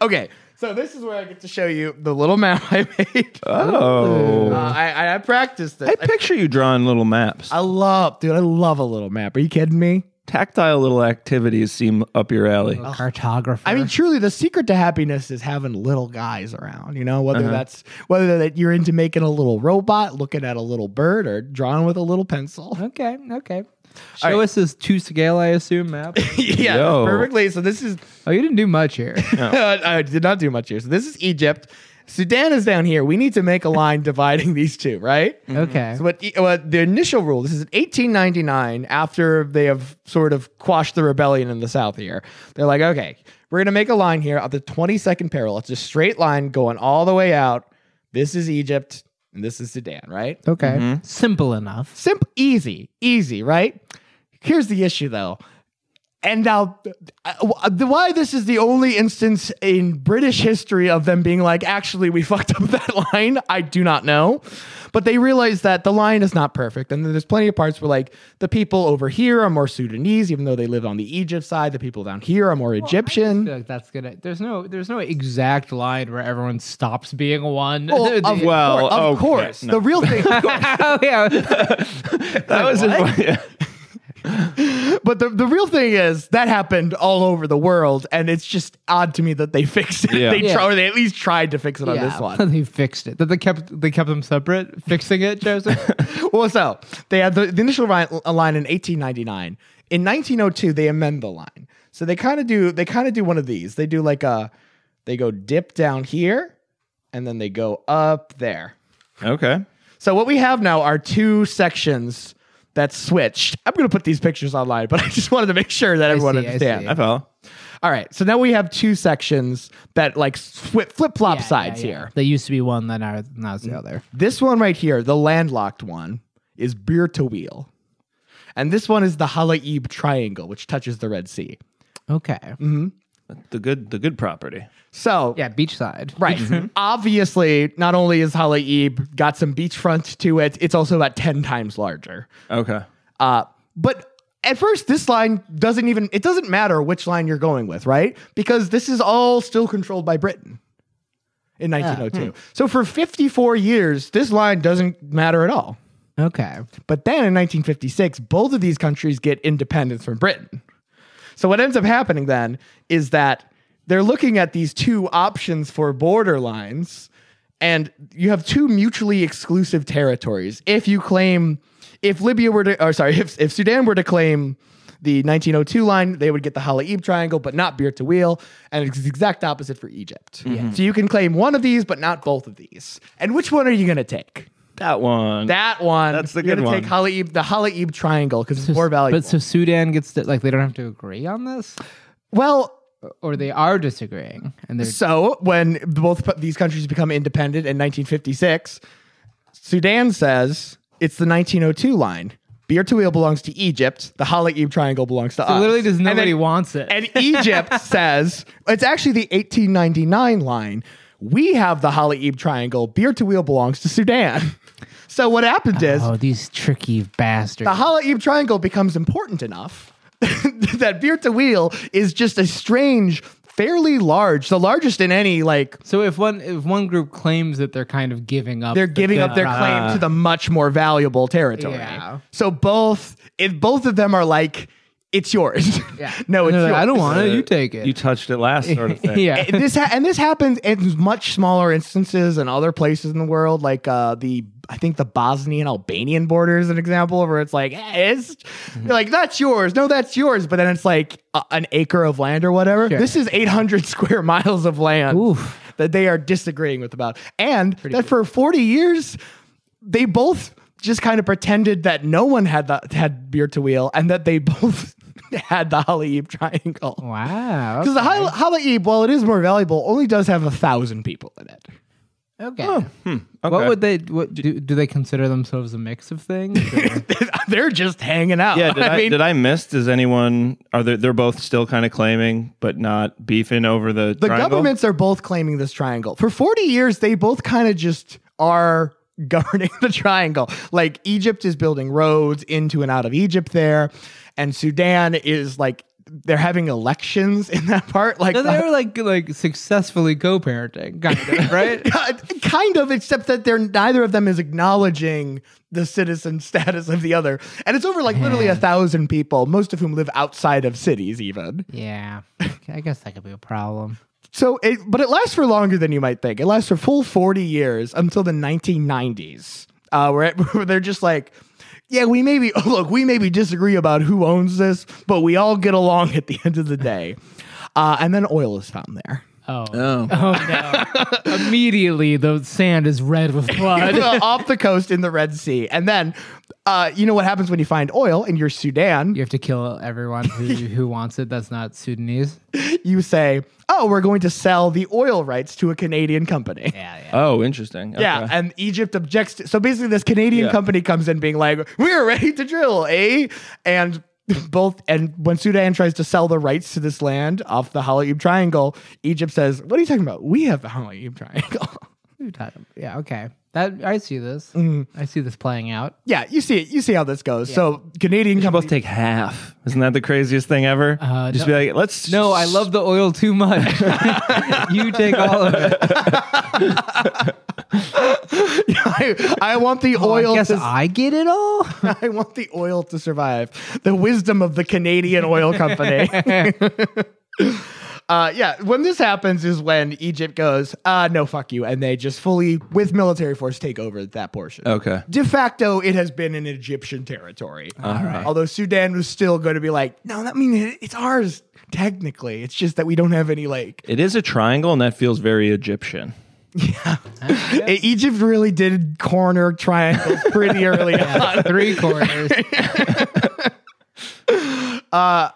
Okay, so this is where I get to show you the little map I made. Oh. Uh, I, I, I practiced this. I picture you drawing little maps. I love, dude. I love a little map. Are you kidding me? Tactile little activities seem up your alley. Oh, Cartographer. I mean, truly, the secret to happiness is having little guys around. You know, whether that's whether that you're into making a little robot, looking at a little bird, or drawing with a little pencil. okay, okay. Show us this two scale, I assume, map. yeah, Yo. perfectly. So this is Oh, you didn't do much here. I did not do much here. So this is Egypt. Sudan is down here. We need to make a line dividing these two, right? Okay. So what, what the initial rule? This is 1899. After they have sort of quashed the rebellion in the south here, they're like, okay, we're gonna make a line here at the 22nd parallel. It's a straight line going all the way out. This is Egypt and this is Sudan, right? Okay. simple enough. Simple, easy, easy, right? Here's the issue though. And now, uh, w- why this is the only instance in British history of them being like, actually, we fucked up that line, I do not know. But they realize that the line is not perfect. And there's plenty of parts where, like, the people over here are more Sudanese, even though they live on the Egypt side. The people down here are more Egyptian. feel like that's gonna. There's no. There's no exact line where everyone stops being one. Well, of, Well, course, of okay, course. no. The real thing. oh yeah. That was yeah. But the, the real thing is that happened all over the world, and it's just odd to me that they fixed it. Yeah. They Yeah. try, or they at least tried to fix it on this one. they fixed it. That they kept. They kept them separate. Fixing it, Joseph. well, so they had the, the initial ri- line in 1899. In 1902, they amend the line. So they kind of do they kind of do one of these. They do like a they go dip down here, and then they go up there. Okay. So what we have now are two sections that switched. I'm going to put these pictures online, but I just wanted to make sure that everyone see, I understands. see. I follow. All right, so now we have two sections that like flip flop Yeah, sides yeah, yeah. here. They used to be one, then now now it's the other. This one right here, the landlocked one, is Beer to Wheel. And this one is the Halaib Triangle, which touches the Red Sea. Okay. Mm. The good the good property. So, Yeah, beachside. right. Mm-hmm. Obviously, not only is Halaib got some beachfront to it, it's also about 10 times larger. Okay. Uh, but at first, this line doesn't even, it doesn't matter which line you're going with, right? Because this is all still controlled by Britain in 1902. So for 54 years, this line doesn't matter at all. Okay. But then in 1956, both of these countries get independence from Britain. So what ends up happening then is that they're looking at these two options for border lines, and you have two mutually exclusive territories. If you claim, if Libya were to, or sorry, if, if Sudan were to claim the 1902 line, they would get the Halaib Triangle, but not Beer to Wheel, and it's the exact opposite for Egypt. So you can claim one of these, but not both of these. And which one are you going to take? That one. That one. That's the You're good gonna one. Take Halaib, the Halaib triangle because it's more valuable. But so Sudan gets to like they don't have to agree on this, well, or they are disagreeing, and they're so when both p- these countries become independent in 1956, Sudan says it's the 1902 line. Beer to wheel belongs to Egypt. The Halaib triangle belongs to us. literally just And then- nobody wants it. And Egypt says it's actually the 1899 line. We have the Halaib triangle. Beer to wheel belongs to Sudan. So what happened is Oh, these tricky bastards. the Halaib triangle becomes important enough that Beer to Wheel is just a strange, fairly large, the largest in any, like, so if one if one group claims that they're kind of giving up, they're giving up their claim to the much more valuable territory. Yeah. So both, if both of them are like, it's yours. Yeah. no, And it's they're yours. like, I don't want it. You take it. You touched it last, sort of thing. yeah. And this ha- and this happens in much smaller instances in other places in the world, like uh, the I think the Bosnian Albanian border is an example of where it's like eh, it's Mm-hmm. they're like that's yours, no that's yours, but then it's like a- an acre of land or whatever. Sure. This is 800 square miles of land Oof. that they are disagreeing with about, and that for 40 years they both just kind of pretended that no one had the had beer to wheel and that they both had the Holly Eve triangle. Wow. Because the Hala, Hala Ebe, while it is more valuable, only does have a thousand people in it. Okay. Okay. What would they? What do, do they consider themselves a mix of things? or- They're just hanging out. yeah, did I, mean, did I miss? Does anyone are they? They're both still kind of claiming, but not beefing over the. the triangle? governments are both claiming this triangle. For 40 years, they both kind of just are governing the triangle. Like Egypt is building roads into and out of Egypt there, and Sudan is like they're having elections in that part. Like no, they were like like successfully co-parenting, kind of, right? God, kind of, except that they're neither of them is acknowledging the citizen status of the other, and it's over like literally a thousand people, most of whom live outside of cities, even. yeah. I guess that could be a problem. So, it, but it lasts for longer than you might think. It lasts for full forty years until the 1990s, uh, where, it- where they're just like, yeah, we maybe look, we maybe disagree about who owns this, but we all get along at the end of the day. Uh, and then oil is found there. Oh. Oh, no. Immediately the sand is red with blood. Well, off the coast in the Red Sea. And then, uh, you know what happens when you find oil and you're Sudan? You have to kill everyone who, who wants it that's not Sudanese. You say, oh, we're going to sell the oil rights to a Canadian company. Yeah. Oh, interesting. Okay. and Egypt objects. To, so basically, this Canadian Yeah. company comes in being like, we're ready to drill, eh? And both, and when Sudan tries to sell the rights to this land off the Halaib Triangle, Egypt says, what are you talking about? We have the Halaib Triangle. Who taught him? Yeah, okay. That I see this. I see this playing out. yeah, you see it. You see how this goes. So Canadian They company. both take half. Isn't that the craziest thing ever? Uh, Just no- be like, let's. No, I love the oil too much. you take all of it. I, I want the I oil guess to I get it all. I want the oil to survive. The wisdom of the Canadian oil company. uh, yeah, when this happens is when Egypt goes, uh, no, fuck you. And they just fully, with military force, take over that portion. Okay. De facto, it has been in Egyptian territory. Although Sudan was still going to be like, no, that means it- it's ours, technically. It's just that we don't have any, like, It is a triangle, and that feels very Egyptian. E- Egypt really did corner triangles pretty early on. Three corners. Uh,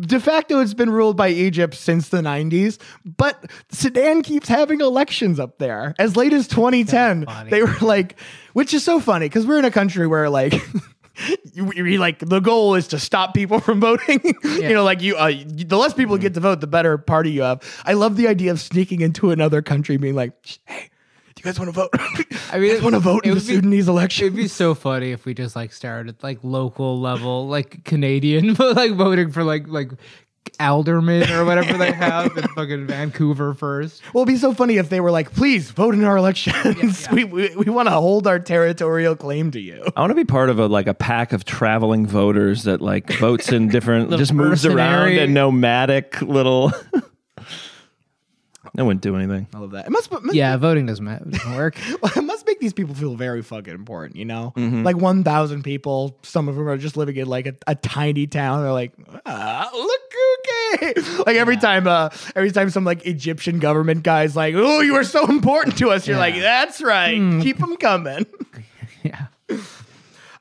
de facto it's been ruled by Egypt since the 90s, but Sudan keeps having elections up there. As late as 2010, they were like, which is so funny because we're in a country where like. You, you like the goal is to stop people from voting. you know, like you, uh, you- the less Mm. people get to vote, the better party you have. I love the idea of sneaking into another country, being like, "Shh, "Hey, do you guys want to vote? I I mean, mean, you guys want to vote in it the would be- Sudanese It'd election? be so funny if we just like started at like local level, like Canadian, but like voting for like like aldermen or whatever they have in fucking Vancouver first. Well, it'd be so funny if they were like, "Please vote in our elections. we we, we want to hold our territorial claim to you." I want to be part of a like a pack of traveling voters that like votes in different, just moves around mercenary. and nomadic little. no one do anything. I love that. It must, must- Yeah, voting doesn't, ma- doesn't work. it must make these people feel very fucking important, you know? Like 1,000 people, some of them are just living in like a, a tiny town. They're like, ah, look who came. Like every time, uh, every time some like Egyptian government guy's like, oh, you are so important to us. You're like, that's right. Keep them coming. yeah.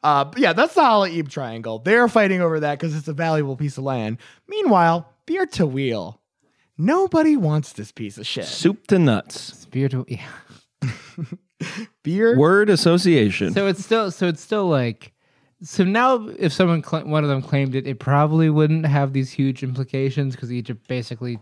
Uh, but yeah, that's the Halaib Triangle. They're fighting over that because it's a valuable piece of land. Meanwhile, beer to wheel. Nobody wants this piece of shit. Soup to nuts. It's beautiful. Yeah. Beer. Word association. So it's still so it's still like so now if someone cla one of them claimed it, it probably wouldn't have these huge implications because Egypt basically.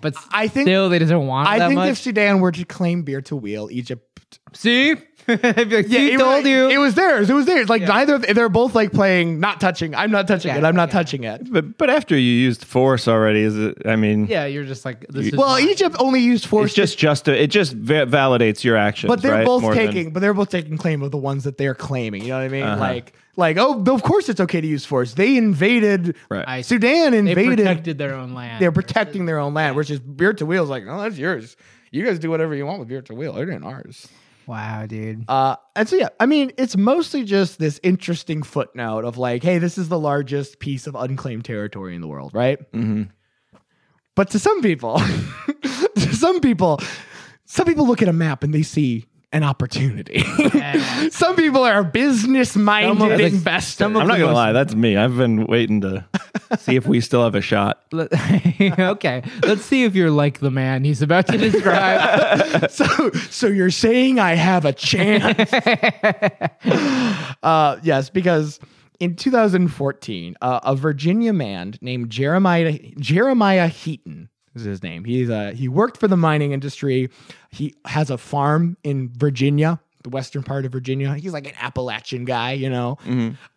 But I think- still they doesn't want it I that think much. if Sudan were to claim beer to wheel, Egypt See, I'd be like, Yeah, she it told was, you. It was theirs. It was theirs. Like neither of they're both like playing not touching. I'm not touching Yeah, it. I'm not yeah. touching it. But but after you used force already, is it? I mean, yeah, you're just like this is Well, mine. Egypt only used force. it's just just it just va- validates your actions. but they're right? both More than- Uh-huh. taking but they're both taking claim of the ones that they're claiming. You know what I mean? Like like oh of course it's okay to use force. They invaded Right. I- Sudan they invaded protected their own land. they're protecting their own land, which is Beard to Wheel's like, no, that's yours. You guys do whatever you want with Beard to Wheel. It ain't ours. wow, dude. Uh, and so, yeah, I mean, it's mostly just this interesting footnote of like, hey, this is the largest piece of unclaimed territory in the world, right? Mm-hmm. But to some people, to some people, some people look at a map and they see an opportunity. some people are business minded the- investors. I'm not gonna lie, that's me. I've been waiting to see if we still have a shot. Let- okay, let's see if you're like the man he's about to describe. so so you're saying I have a chance? uh, yes, because in 2014, uh, a Virginia man named Jeremiah Jeremiah Heaton is his name. He's uh, he worked for the mining industry. He has a farm in Virginia, the western part of Virginia. He's like an Appalachian guy, you know.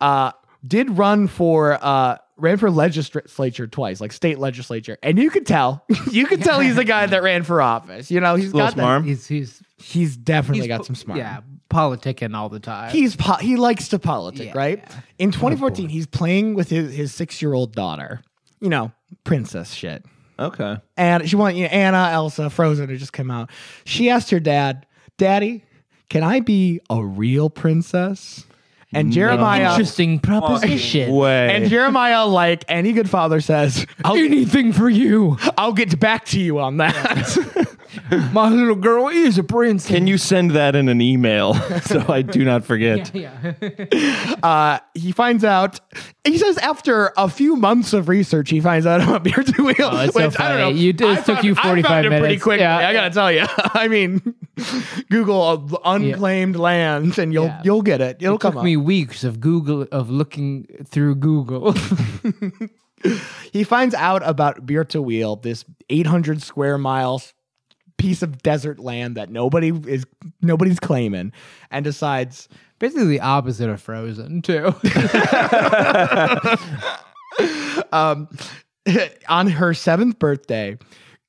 Uh, did run for uh, ran for legislature twice, like state legislature, and you could tell, you could tell he's the guy that ran for office. You know, he's Little got that- smarm. he's he's He's definitely he's got po- some smart. Yeah, politicking all the time. He's po- he likes to politic, Yeah. right? In 2014, he's playing with his, his six year old daughter. You know, princess shit. Okay. And she wanted you know, Anna, Elsa, Frozen had just come out. She asked her dad, "Daddy, can I be a real princess?" And Jeremiah Interesting proposition. Way. and Jeremiah, like any good father, says, "I'll, Anything for you. I'll get back to you on that." My little girl is a princess. Can you send that in an email so I do not forget? yeah. uh, he finds out. He says after a few months of research, he finds out about beer two wheels. it's Oh, so funny. You- it took you 45 I found It pretty minutes. quick. Yeah. I gotta tell you. I mean, Google uh, unclaimed lands, and you'll Yeah. you'll get it. It'll It come took up. me weeks of Google of looking through Google. He finds out about beer to wheel, this 800 square miles piece of desert land that nobody is nobody's claiming, and decides Basically the opposite of Frozen too. um, on her seventh birthday,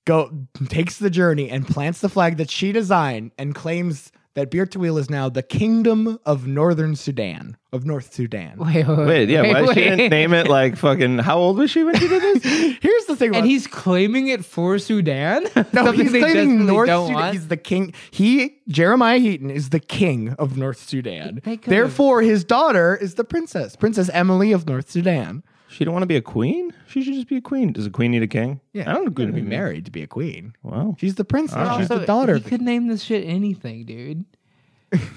go takes the journey and plants the flag that she designed and claims that Beer Tawil is now the kingdom of northern Sudan, of North Sudan. wait, Wait, yeah, why she wait. didn't name it like fucking how old was she when she did this? Here's the thing. And about- he's claiming it for Sudan. no, Something he's they claiming desperately North don't Sudan. want? He's the king. He Jeremiah Heaton is the king of North Sudan. They could've- Therefore, his daughter is the princess, Princess Emily of North Sudan. She don't want to be a queen? She should just be a queen. Does a queen need a king? Yeah. I don't agree Ah. to be married. Married to be a queen. Wow. She's the princess. She's Also, the daughter. He of the could name this shit anything, dude.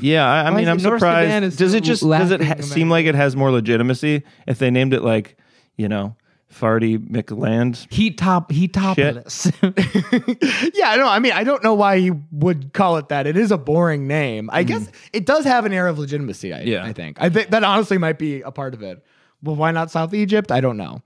Yeah, I, I Why mean, is I'm it North Sudan is surprised. Does it still just does it laughing ha- about seem it? like it has more legitimacy if they named it like, you know, Farty McLand? He top he topless. yeah, no, I mean, I don't know why he would call it that. It is a boring name. Mm. I guess it does have an air of legitimacy. I, Yeah. I think. I think that honestly might be a part of it. Well, why not South Egypt? I don't know.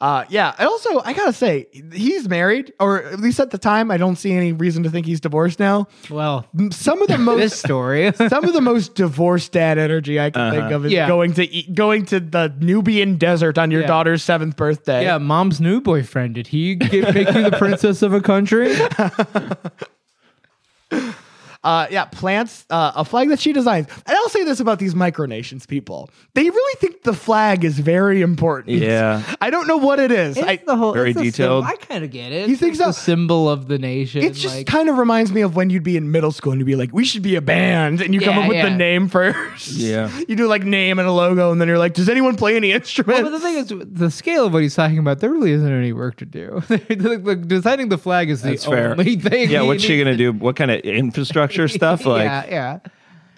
Uh, yeah. And also, I gotta say, he's married, or at least at the time, I don't see any reason to think he's divorced now. well, Some of the most this Uh-huh. story. some of the most divorced dad energy I can think of is Yeah. going to eat, going to the Nubian desert on your Yeah. daughter's seventh birthday. yeah, mom's new boyfriend. Did he get, make you the princess of a country? uh, yeah, plants uh, a flag that she designs. And I'll say this about these micronations people: they really think the flag is very important. Yeah. I don't know what it is. I, It's the whole very it's a sym- detailed. I kind of get it. You It's think so? the symbol of the nation. it just like, kind of reminds me of when you'd be in middle school and you'd be like, "We should be a band," and you come Yeah, up with the yeah. name first. Yeah. you do like name and a logo, and then you're like, "Does anyone play any Well, instrument?" but the thing is, the scale of what he's talking about, there really isn't any work to do. like, like, designing the flag is the That's fair. only thing. Yeah, he what's she needs. gonna do? What kind of infrastructure stuff? Like, yeah,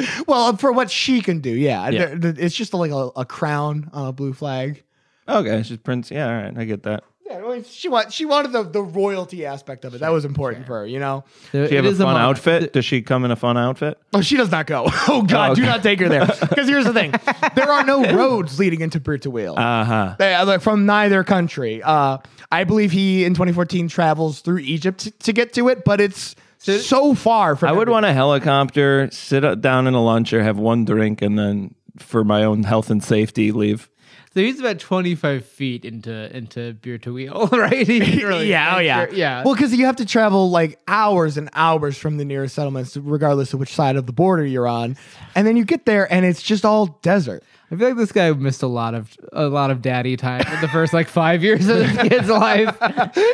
yeah. well, for what she can do, yeah, Yeah. There- it's just like a, a crown on a blue flag. okay, she's prince. Yeah, all right, I get that. Yeah, well, she want, she wanted the, the royalty aspect of it. That was important for her, you know. Does she have It a is fun mon- outfit? Does she come in a fun outfit? Oh, she does not go. Oh God, Oh, do okay. not take her there. Because here's the thing: there are no roads leading into Puerto Wheel. Uh huh. They are like from neither country. Uh, I believe he in 2014 travels through Egypt to get to it, but it's so far from. I would want a helicopter, sit up- down in a luncher, have one drink, and then for my own health and safety, leave. So he's about twenty five feet into into beer to wheel, right? He didn't really yeah, oh, yeah, enter- yeah. Well, because you have to travel like hours and hours from the nearest settlements, regardless of which side of the border you're on, and then you get there and it's just all desert. I feel like this guy missed a lot of a lot of daddy time in the first like five years of his kid's life.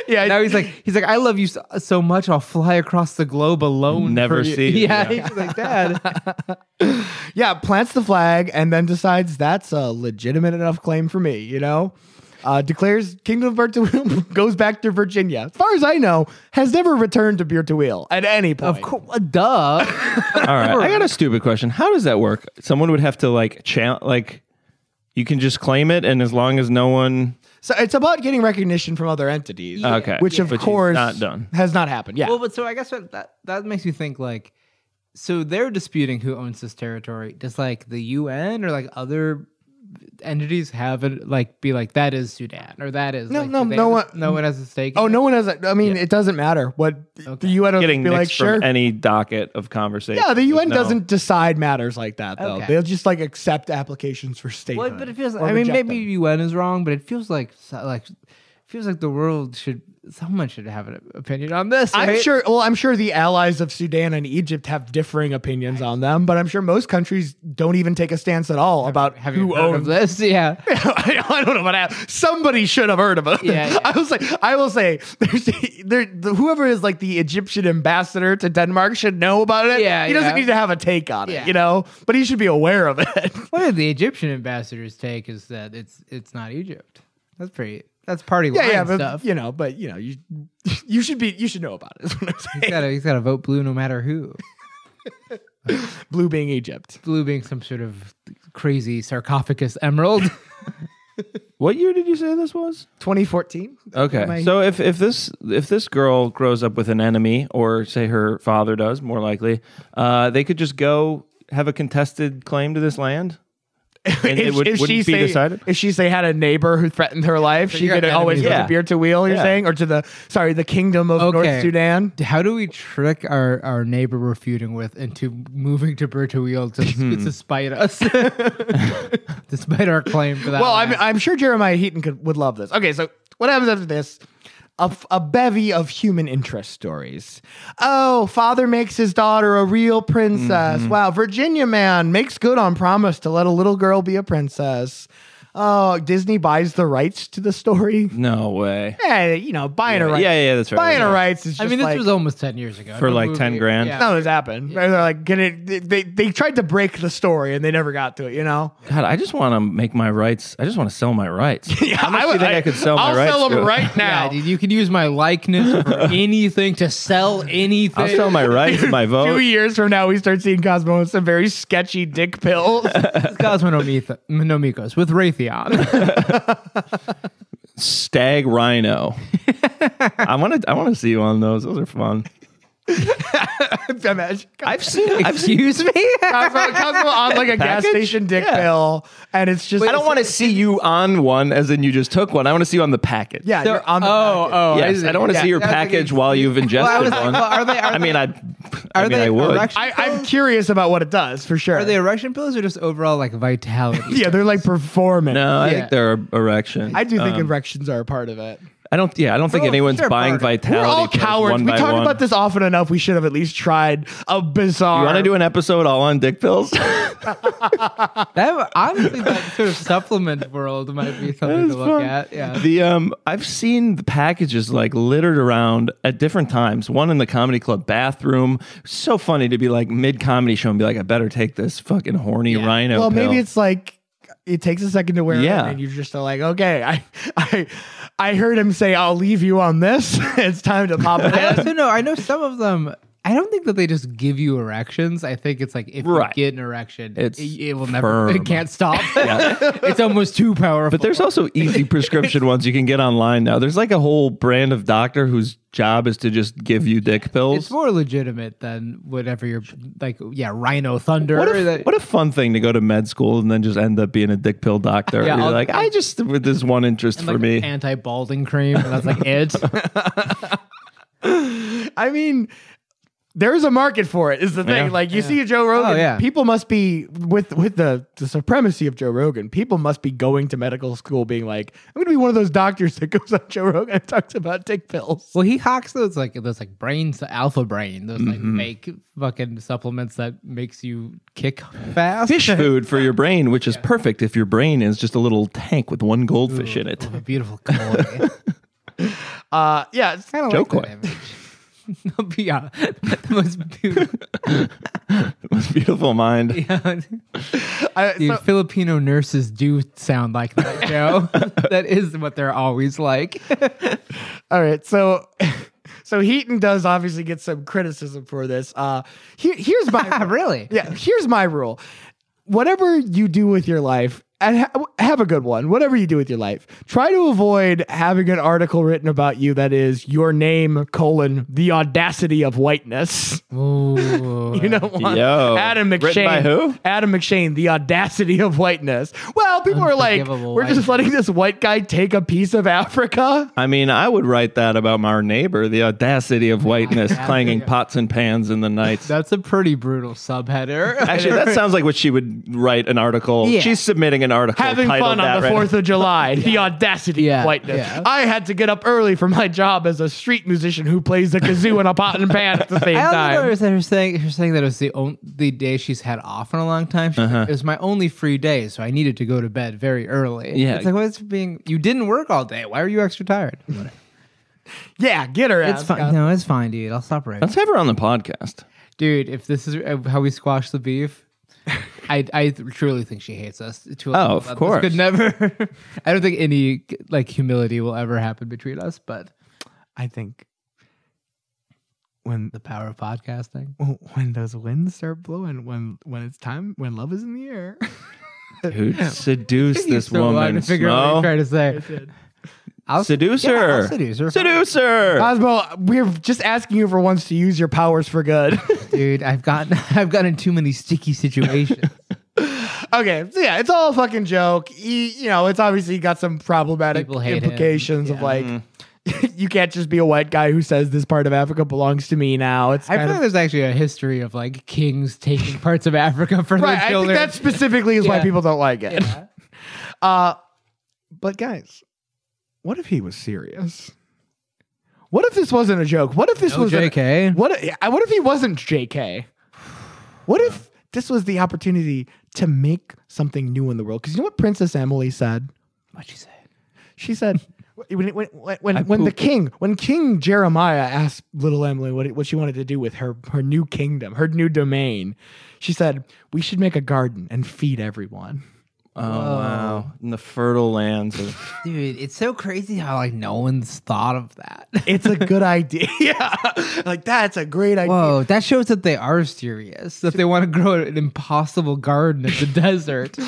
yeah. Now he's like he's like I love you so, so much. I'll fly across the globe alone. Never for you." see you, Yeah. yeah. He's just like dad. Yeah, plants the flag and then decides that's a legitimate enough claim for me. You know, uh, declares Kingdom of Wheel goes back to Virginia. As far as I know, has never returned to Beer to Wheel at any point. of course, duh. All right, I got a stupid question. How does that work? Someone would have to like challenge, like you can just claim it, and as long as no one, So it's about getting recognition from other entities. Okay. which of Which is course not done. has not happened. Yeah, Well, but so I guess that, that that makes me think like, so they're disputing who owns this territory. Does like the UN or like other entities have it like be like that is Sudan or that is No, like, no, do they no have- one- no one has a stake. in Oh, it? no one has. A, I mean, it doesn't matter what the UN will getting be nixed like. Sure. from any docket of conversation. yeah, the UN No. doesn't decide matters like that though. Okay. They'll just like accept applications for statehood. Well, but it feels. or I mean, reject maybe them. UN is wrong, but it feels like so- like feels like the world should someone should have an opinion on this. I'm right? sure. Well, I'm sure the allies of Sudan and Egypt have differing opinions on them, but I'm sure most countries don't even take a stance at all about Have you who heard of owns. this? Yeah. I, I don't know about that. Somebody should have heard of it. Yeah, yeah. I will say. I will say. There's there. The, whoever is like the Egyptian ambassador to Denmark should know about it. Yeah, he doesn't yeah. need to have a take on it, Yeah. you know. But he should be aware of it. What did the Egyptian ambassador's take is that it's it's not Egypt. That's pretty. That's party yeah, line yeah, but stuff. you know, but you know, you you should be you should know about it. Is what I'm He's saying. gotta, he's gotta vote blue no matter who. Blue being Egypt. Blue being some sort of crazy sarcophagus emerald. What year did you say this was? 2014. Okay. My- so if, if this if this girl grows up with an enemy, or say her father does, more likely, uh, they could just go have a contested claim to this land, and it would, wouldn't be say, decided. If she say had a neighbor who threatened her life, she you're could always enemies. go Yeah. to beer to wheel. You're Yeah. saying, or to the sorry, the kingdom of Okay. North Sudan. How do we trick our, our neighbor we're feuding with into moving to Bertowil Hmm. to, to spite us? Despite our claim for that. Well, I'm, land. I'm sure Jeremiah Heaton could, would love this. Okay, so what happens after this? A, f- a bevy of human interest stories. Oh, father makes his daughter a real princess. Mm-hmm. Wow, Virginia man makes good on promise to let a little girl be a princess. Oh, Disney buys the rights to the story. no way. Yeah, you know, buying a Yeah, rights. yeah, yeah, that's right. Buying Yeah. a rights is just I mean, this like, was almost 10 years ago. For No like 10 grand? Yeah. No, this happened. They're like, can it, they- they they tried to break the story and they never got to it. You know, God, I just want to make my rights. I just want to sell my rights. How much do you would- think I, could sell my I'll rights? sell them to? right now. Yeah, dude, you can use my likeness for anything to sell anything. I'll sell my rights, my Two vote. years from now, we start seeing Cosmo with some very sketchy dick pills. It's Cosmo Nomith- Nomikos with Raytheon. Stag rhino. I want to. I want to see you on those. Those are fun. Imagine I've seen. I've seen. Excuse me? Cosmo, Cosmo on like a gas Package? station dick Yeah. pill, and it's just I don't want to see you on one, as in you just took one. I want to see you on the package. Yeah, So- you're on the oh, package. oh. Yes, I, don't want to see your Yeah, I was like, package while you've ingested was like, one. well, are they- are I mean, they- I, I Are mean, they I would. erection I, pills? I'm curious about what it does for sure. Are they erection pills or just overall like vitality? yeah, they're like performance. no, I Yeah. think they're erection. I do think Um, erections are a part of it. I don't. Yeah, I don't think Oh, anyone's sure, buying part vitality. We're all pills cowards. One We by talked one. about this often enough. We should have at least tried a bizarre. You want to do an episode all on dick pills? That honestly, that sort of supplement world might be something to It's look fun. at. Yeah. The um, I've seen the packages like littered around at different times. One in the comedy club bathroom. So funny to be like mid comedy show and be like, I better take this fucking horny rhino. Well, maybe pill. it's like it takes a second to wear Yeah. it, and you just are like, okay, I, I, I heard him say, "I'll leave you on this." it's time to pop it I also in. know I know some of them. I don't think that they just give you erections. I think it's like if Right. you get an erection, It's it, it will never, firm. it can't stop. it's almost too powerful. But there's also easy prescription ones you can get online now. There's like a whole brand of doctor whose job is to just give you dick it's pills. more legitimate than whatever you're like. Yeah, Rhino Thunder. What or a, that- what a fun thing to go to med school and then just end up being a dick pill doctor. Yeah, You're I'll- like, I just with this one interest and, for like, me. anti-balding cream, and that's like it. I mean, there is a market for it. Is the thing Yeah. like you see Joe Rogan? Oh, yeah. People must be with with the, the supremacy of Joe Rogan. People must be going to medical school, being like, I'm going to be one of those doctors that goes on Joe Rogan and talks about dick pills. Well, he hawks those like those like brains, alpha brain, those like fake fucking supplements that makes you kick fast. Fish food for your brain, which is perfect if your brain is just a little tank with one goldfish in it. Ooh, beautiful koi. kind Uh, yeah, it's kind of Joe like koi, of image. yeah, the most beautiful. most beautiful mind. Yeah. I, Dude, so- Filipino nurses do sound like that, Joe. that is what they're always like. All right, so so Heaton does obviously get some criticism for this. Uh, here, here's my really? yeah, here's my rule: whatever you do with your life, and ha- have a good one. Whatever you do with your life, try to avoid having an article written about you that is your name colon the audacity of whiteness. Ooh. You don't want Yo. Adam McShane. Written by who? Adam McShane, the audacity of whiteness. Well, people are like, Unforgivable we're just whiteness. letting this white guy take a piece of Africa. I mean, I would write that about our neighbor, the audacity of whiteness clanging pots and pans in the night. That's a pretty brutal subheader. Actually, that sounds like what she would write an article. Yeah. She's submitting an article having titled fun that on the right now. Fourth of July. The audacity Yeah, of whiteness. yeah. I had to get up early for my job as a street musician who plays a kazoo and a pot and pan at the same I also time. noticed that her saying her saying that it was the on, the day she's had off in a long time. She's like, it was my only free day, so I needed to go to bed very early. Yeah. it's like what's being you didn't work all day. Why are you extra tired? Yeah, get her it's ass. fine. No, it's fine, dude. I'll stop right. Let's have her on the podcast. dude. If this is uh, how we squash the beef. I, I truly think she hates us. To a Oh, level of that this course. could never. I don't think any like humility will ever happen between us. But I think when the power of podcasting. when those winds start blowing, when when it's time, when love is in the air. Who seduced this So hard woman? to figure out what Smo? you're trying to say. I'll Seduce yeah, I'll her. seduce her. Seduce her. Cosmo, we're just asking you for once to use your powers for good. dude i've gotten i've gotten in too many sticky situations okay, so yeah, it's all a fucking joke. He, you know, it's obviously got some problematic People hate him. implications of like. You can't just be a white guy who says this part of Africa belongs to me now. It's i kind feel of- like there's actually a history of like kings taking parts of africa for Right. their I think children that specifically is why Yeah. people don't like it. Uh, but guys, what if he was serious? What if this wasn't a joke? What if this No was an- JK. what? i- What if he wasn't JK? What if this was the opportunity to make something new in the world? Because you know what Princess Emily said. what'd you say She said. When when when when, I when the pooped. king when King Jeremiah asked little Emily what what she wanted to do with her her new kingdom her new domain, she said we should make a garden and feed everyone. oh, wow. In the fertile lands of. dude it's so crazy how like no one's thought of that It's a good idea. yeah, like that's a great idea. whoa that shows that they are serious that they want to grow an impossible garden in the desert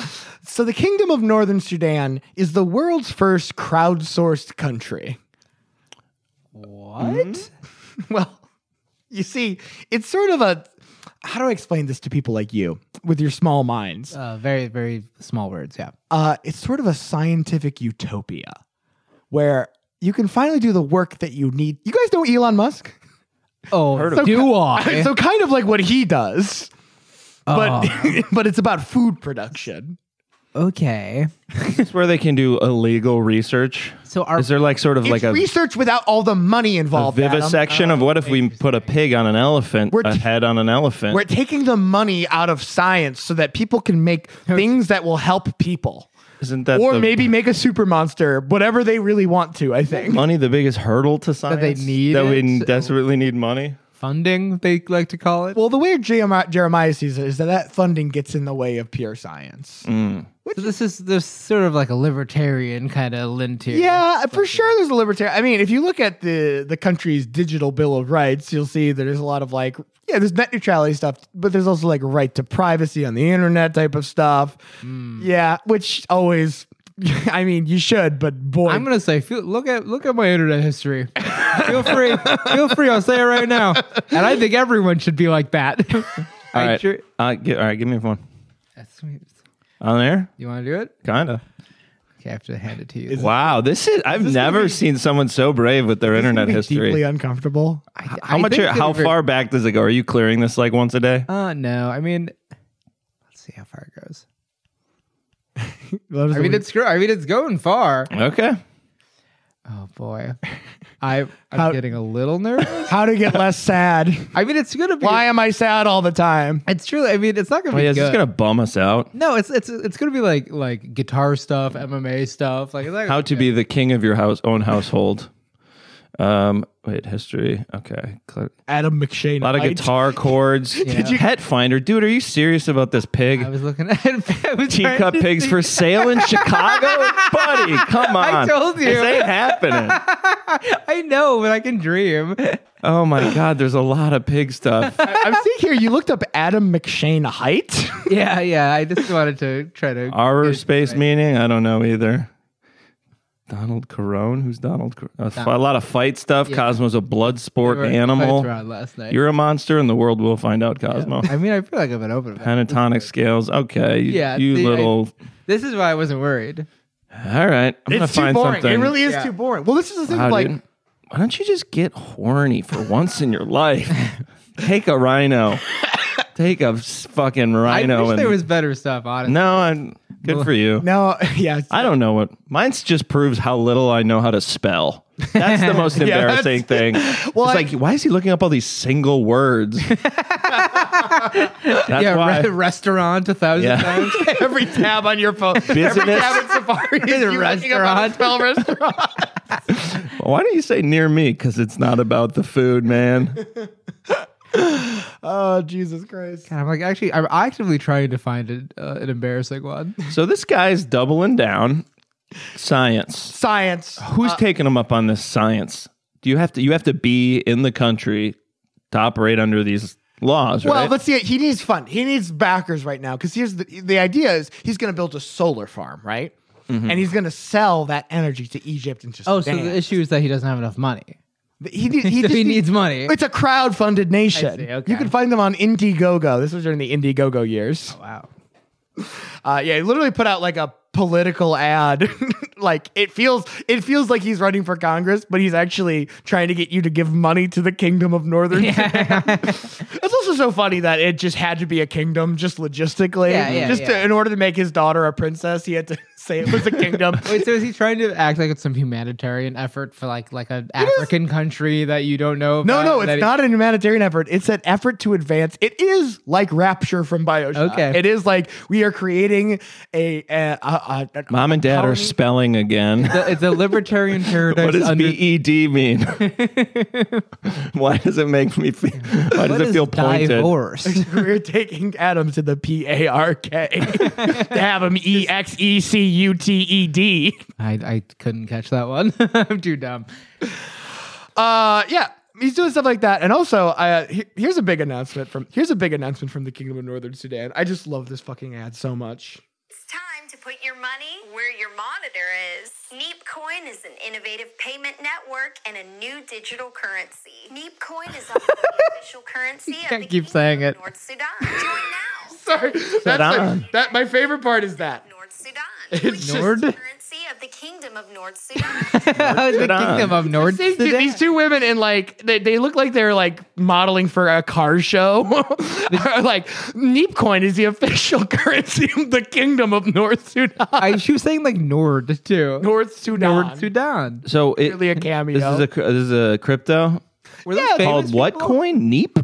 So the Kingdom of Northern Sudan is the world's first crowdsourced country. what Well, you see, it's sort of a how do I explain this to people like you with your small minds? uh, very very small words yeah uh, it's sort of a scientific utopia where you can finally do the work that you need. You guys know Elon Musk? oh Heard of do I? so kind of like what he does, but Uh. but it's about food production. okay It's where they can do illegal research. so our Is there like sort of It's like a, research without all the money a involved. Adam. Oh. vivisection of what if we put a pig on an elephant, We're a t- head on an elephant? We're taking the money out of science so that people can make things that will help people. Isn't that or the maybe make a super monster, whatever they really want to, I think. money the biggest hurdle to science? they need That we it? desperately need money? funding they like to call it Well, the way Jeremiah, Jeremiah sees it is that that funding gets in the way of pure science. So this is this sort of like a libertarian kind of lean to. Yeah, uh, for sure. There's a libertarian. I mean, if you look at the the country's digital bill of rights, you'll see that there's a lot of like, yeah, there's net neutrality stuff, but there's also like right to privacy on the internet type of stuff. Hmm. Yeah, which always, I mean, you should, but boy, I'm gonna say, feel, look at look at my internet history. feel free, feel free. I'll say it right now, and I think everyone should be like that. All right. sure- Uh, gi- all right, give me a phone. That's sweet. On there? You want to do it? Kinda. Okay, I have to hand it to you. Wow, this is I've never seen someone so brave with their internet history. Deeply uncomfortable. I- how I much? think Are, that how we're- far back does it go? Are you clearing this like once a day? Uh, no. I mean, let's see how far it goes. That was I mean, the- it's gr- I mean, it's going far. Okay. Oh boy, I I'm How- getting a little nervous. how to get less sad. I mean, it's gonna be. Why am I sad all the time? It's truly. I mean, it's not gonna Oh, be yeah, is good. this gonna bum us out? no, it's it's it's gonna be like like guitar stuff, MMA stuff, like it's not gonna How to good. be the king of your house own household. Um, wait, history. Okay, Cl- Adam McShane. a lot of guitar chords. Did you- Pet finder, dude. Are you serious about this I pig? was looking at. I was trying Teacup to pigs see- for sale in Chicago, buddy. Come on. I told you. this ain't happening. I know, but I can dream. Oh my god, there's a lot of pig stuff. I'm seeing here you looked up Adam McShane height. yeah, yeah. I just wanted to try to. Our space meaning? I don't know either. Donald Carone? Who's Donald? Car- a, f- a lot of fight stuff. Cosmo's a blood sport Or animal. around last night. You're a monster, and the world will find out, Cosmo. I mean, I feel like I've been open. About it. Pentatonic scales. Okay, you, Yeah, you see, I- little. This is why I wasn't worried. all right, I'm gonna it's too find boring. something. It really is Yeah. too boring. Well, this is the thing. Wow, like, dude. why don't you just get horny for once in your life? Take a rhino. Take a s- fucking I, rhino. wish and, there was better stuff. Honestly, no. I'm good for you. no, yeah, I don't know what mine's just proves how little I know how to spell. That's the most embarrassing thing. Well, it's I- like, why is he looking up all these single words? That's yeah, why. re- restaurant a thousand Yeah. times. every tab on your phone. Business. Safari is you looking up how to spell restaurant. Why don't you say near me? Because it's not about the food, man. oh, Jesus Christ. I'm like, actually, I'm actively trying to find a, uh, an embarrassing one. So this guy's doubling down. Science. Science. Oh, Who's Uh, taking him up on this science? Do you have to? You have to be in the country to operate under these laws, Well, right? let's see. He needs fun. He needs backers right now because here's the the idea is he's going to build a solar farm, right? And he's going to sell that energy to Egypt and to Mm-hmm. Oh, so Sudan. the issue is that he doesn't have enough money. he, need- he He, just needs money. It's a crowdfunded nation. I see, okay. You can find them on Indiegogo. This was during the Indiegogo years. wow. Uh, yeah, he literally put out like a political ad. like it feels it feels like he's running for Congress, but he's actually trying to get you to give money to the kingdom of northern Sudan. it's also so funny that it just had to be a kingdom just logistically. Yeah, yeah, just yeah. To, in order to make his daughter a princess, he had to say it was a kingdom. Wait, so is he trying to act like it's some humanitarian effort for like like an African country that you don't know? No, about, no, that it's he- not an humanitarian effort. It's an effort to advance. It is like Rapture from Bioshock. Okay. It is like we are creating a. a, a, a- Mom and Dad are colony. spelling again. The- It's a libertarian paradise. What E? does under- BED mean? why does it make me feel? Why does What it is feel pointed? divorce? We're taking Adam to the P A R K to have him E X E C U T E D. I, I couldn't catch that one. I'm too dumb. Uh, yeah, he's doing stuff like that. And also, uh, he- here's a big announcement from here's a big announcement from the Kingdom of Northern Sudan. I just love this fucking ad so much. It's time to put your money where your monitor is. Neepcoin is an innovative payment network and a new digital currency. Neepcoin is also the official currency of can't the keep Kingdom saying of it. North Sudan. Join now. Sorry, that's the, on. that my favorite part is that. North Sudan. which is the Nord? currency of the Kingdom of North Sudan. How is the kingdom of Nord These two, these two women in like they, they look like they're like modeling for a car show. Are like Neepcoin is the official currency of the Kingdom of North Sudan. I, she was saying like Nord too. North Sudan. Nord Sudan. So it, Really a this cameo. is a this is a crypto Were those famous called what people? coin? Neep.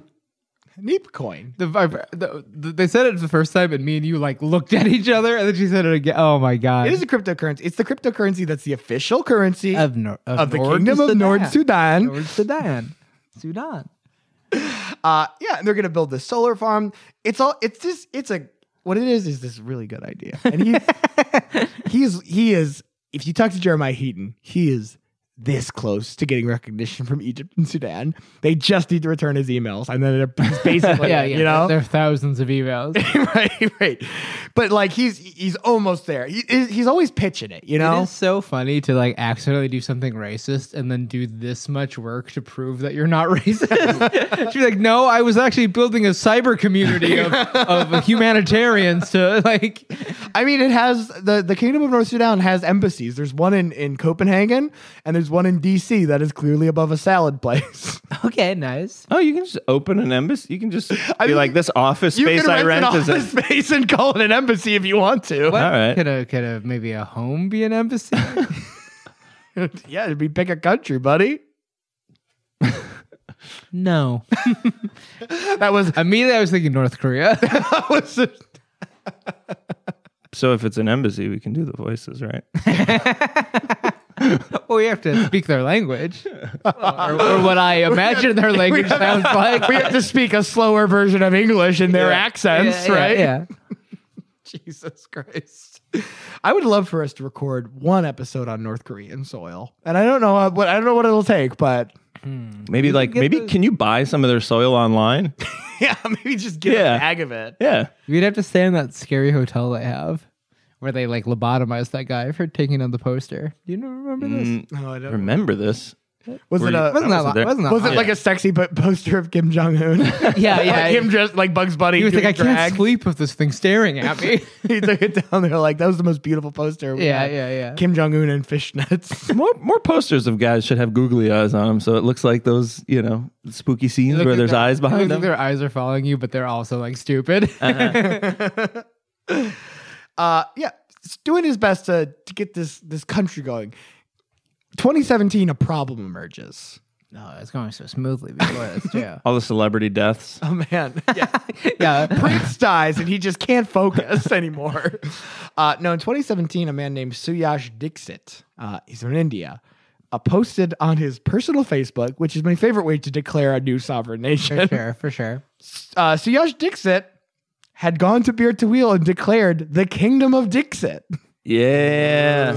Neepcoin. The, I- the, the, they said it the first time, and me and you like looked at each other, and then she said it again. Oh my god! It is a cryptocurrency. It's the cryptocurrency that's the official currency of, of, Nor- of, the Nord Kingdom of Sudan. North Sudan. Nord Sudan, Sudan. Uh, yeah, and they're gonna build this solar farm. It's all. It's just. It's a. What it is is this really good idea, and he he is he is. If you talk to Jeremiah Heaton, he is this close to getting recognition from Egypt and Sudan. They just need to return his emails, and then it's basically, Yeah, yeah. you know, there are thousands of emails. right, right. But like he's he's almost there. He, he's always pitching it, you know. It is so funny to like accidentally do something racist and then do this much work to prove that you're not racist. She's like, no, I was actually building a cyber community of, of humanitarians to like. I mean, it has the, the Kingdom of North Sudan has embassies. There's one in, in Copenhagen and there's one in DC that is clearly above a salad place. Okay, nice. Oh, you can just open an embassy. You can just be mean, like this office you space can I rent rent an is office a, space and call it an embassy if you want to. all right. Could a could a maybe a home be an embassy? yeah, it'd be pick a country, buddy. no. That was Immediately, I was thinking North Korea. that was So if it's an embassy, we can do the voices, right? well, we have to speak their language, or, or what I imagine their language sounds like. we have to speak a slower version of English in their accents, Yeah, yeah, right? Yeah. Jesus Christ. I would love for us to record one episode on North Korean soil. And I don't know uh, what I don't know what it'll take, but Maybe like get maybe the- can you buy some of their soil online? yeah, maybe just get Yeah. a bag of it. yeah. We'd have to stay in that scary hotel they have, where they like lobotomized that guy for taking on the poster. Do you know- remember this? uh, Mm, No, Oh, I don't. remember this? Was Were it you- a Wasn't I that wasn't li- there. wasn't that was it li- like a sexy po- poster of Kim Jong Un? yeah, yeah. like him dressed like Bugs Bunny. he was like, doing I can't drag." sleep with this thing staring at me. he took it down there like that was the most beautiful poster. We yeah, had. yeah, yeah. Kim Jong Un and fishnets. More more posters of guys should have googly eyes on them, so it looks like those you know spooky scenes Look where like there's their- eyes look behind like them. Their eyes are following you, but they're also like stupid. uh, yeah, he's doing his best to, to get this this country going. 2017, a problem emerges. no, it's going so smoothly before this too. All the celebrity deaths. Oh man, yeah. yeah, Prince dies and he just can't focus anymore. Uh, no, in 2017, a man named Suyash Dixit, uh, he's from India, uh, posted on his personal Facebook, which is my favorite way to declare a new sovereign for nation. sure, for sure. Uh, Suyash Dixit had gone to Beard to Wheel and declared the Kingdom of Dixit. Yeah.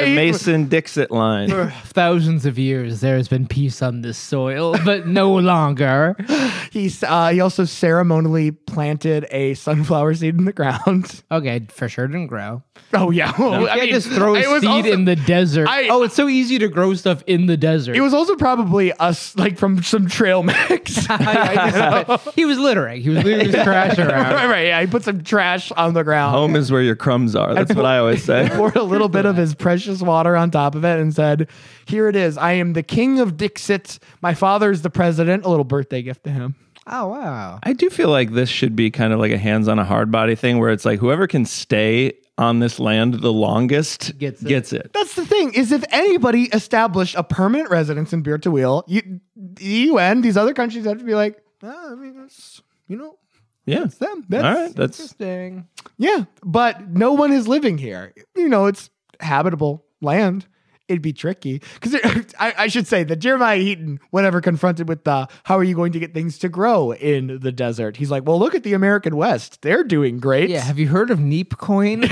The Eaton- Mason Dixit line. Thousands of years, there has been peace on this soil, but no longer. He's uh, he also ceremonially planted a sunflower seed in the ground. Okay, for sure didn't grow. Oh yeah, You can't just throw a it was seed also- in the desert. I- oh, it's so easy to grow stuff in the desert. It was also probably us, like from some trail mix. right, I- I just- he was littering. He was leaving his trash around. right. Yeah, he put some trash on the ground. Home is where your crumbs are. That's what I always say. poured a little bit of his precious water on top of it and said, "Here it is. I am the king of Dixit. My father is the president." A little birthday gift to him. Oh wow. I do feel like this should be kind of like a hands on a hard body thing where it's like whoever can stay on this land the longest Gets it. That's the thing is if anybody established a permanent residence in Beer to Wheel, you, the UN, these other countries have to be like, "Ah, I mean, that's, you know, Yeah. it's them. All That's, right. That's Interesting. Yeah, but no one is living here. You know, it's habitable land. It'd be tricky because I, I should say that Jeremiah Heaton, whenever confronted with the "How are you going to get things to grow in the desert?" he's like, "Well, look at the American West. They're doing great." Yeah. Have you heard of Neep Coin?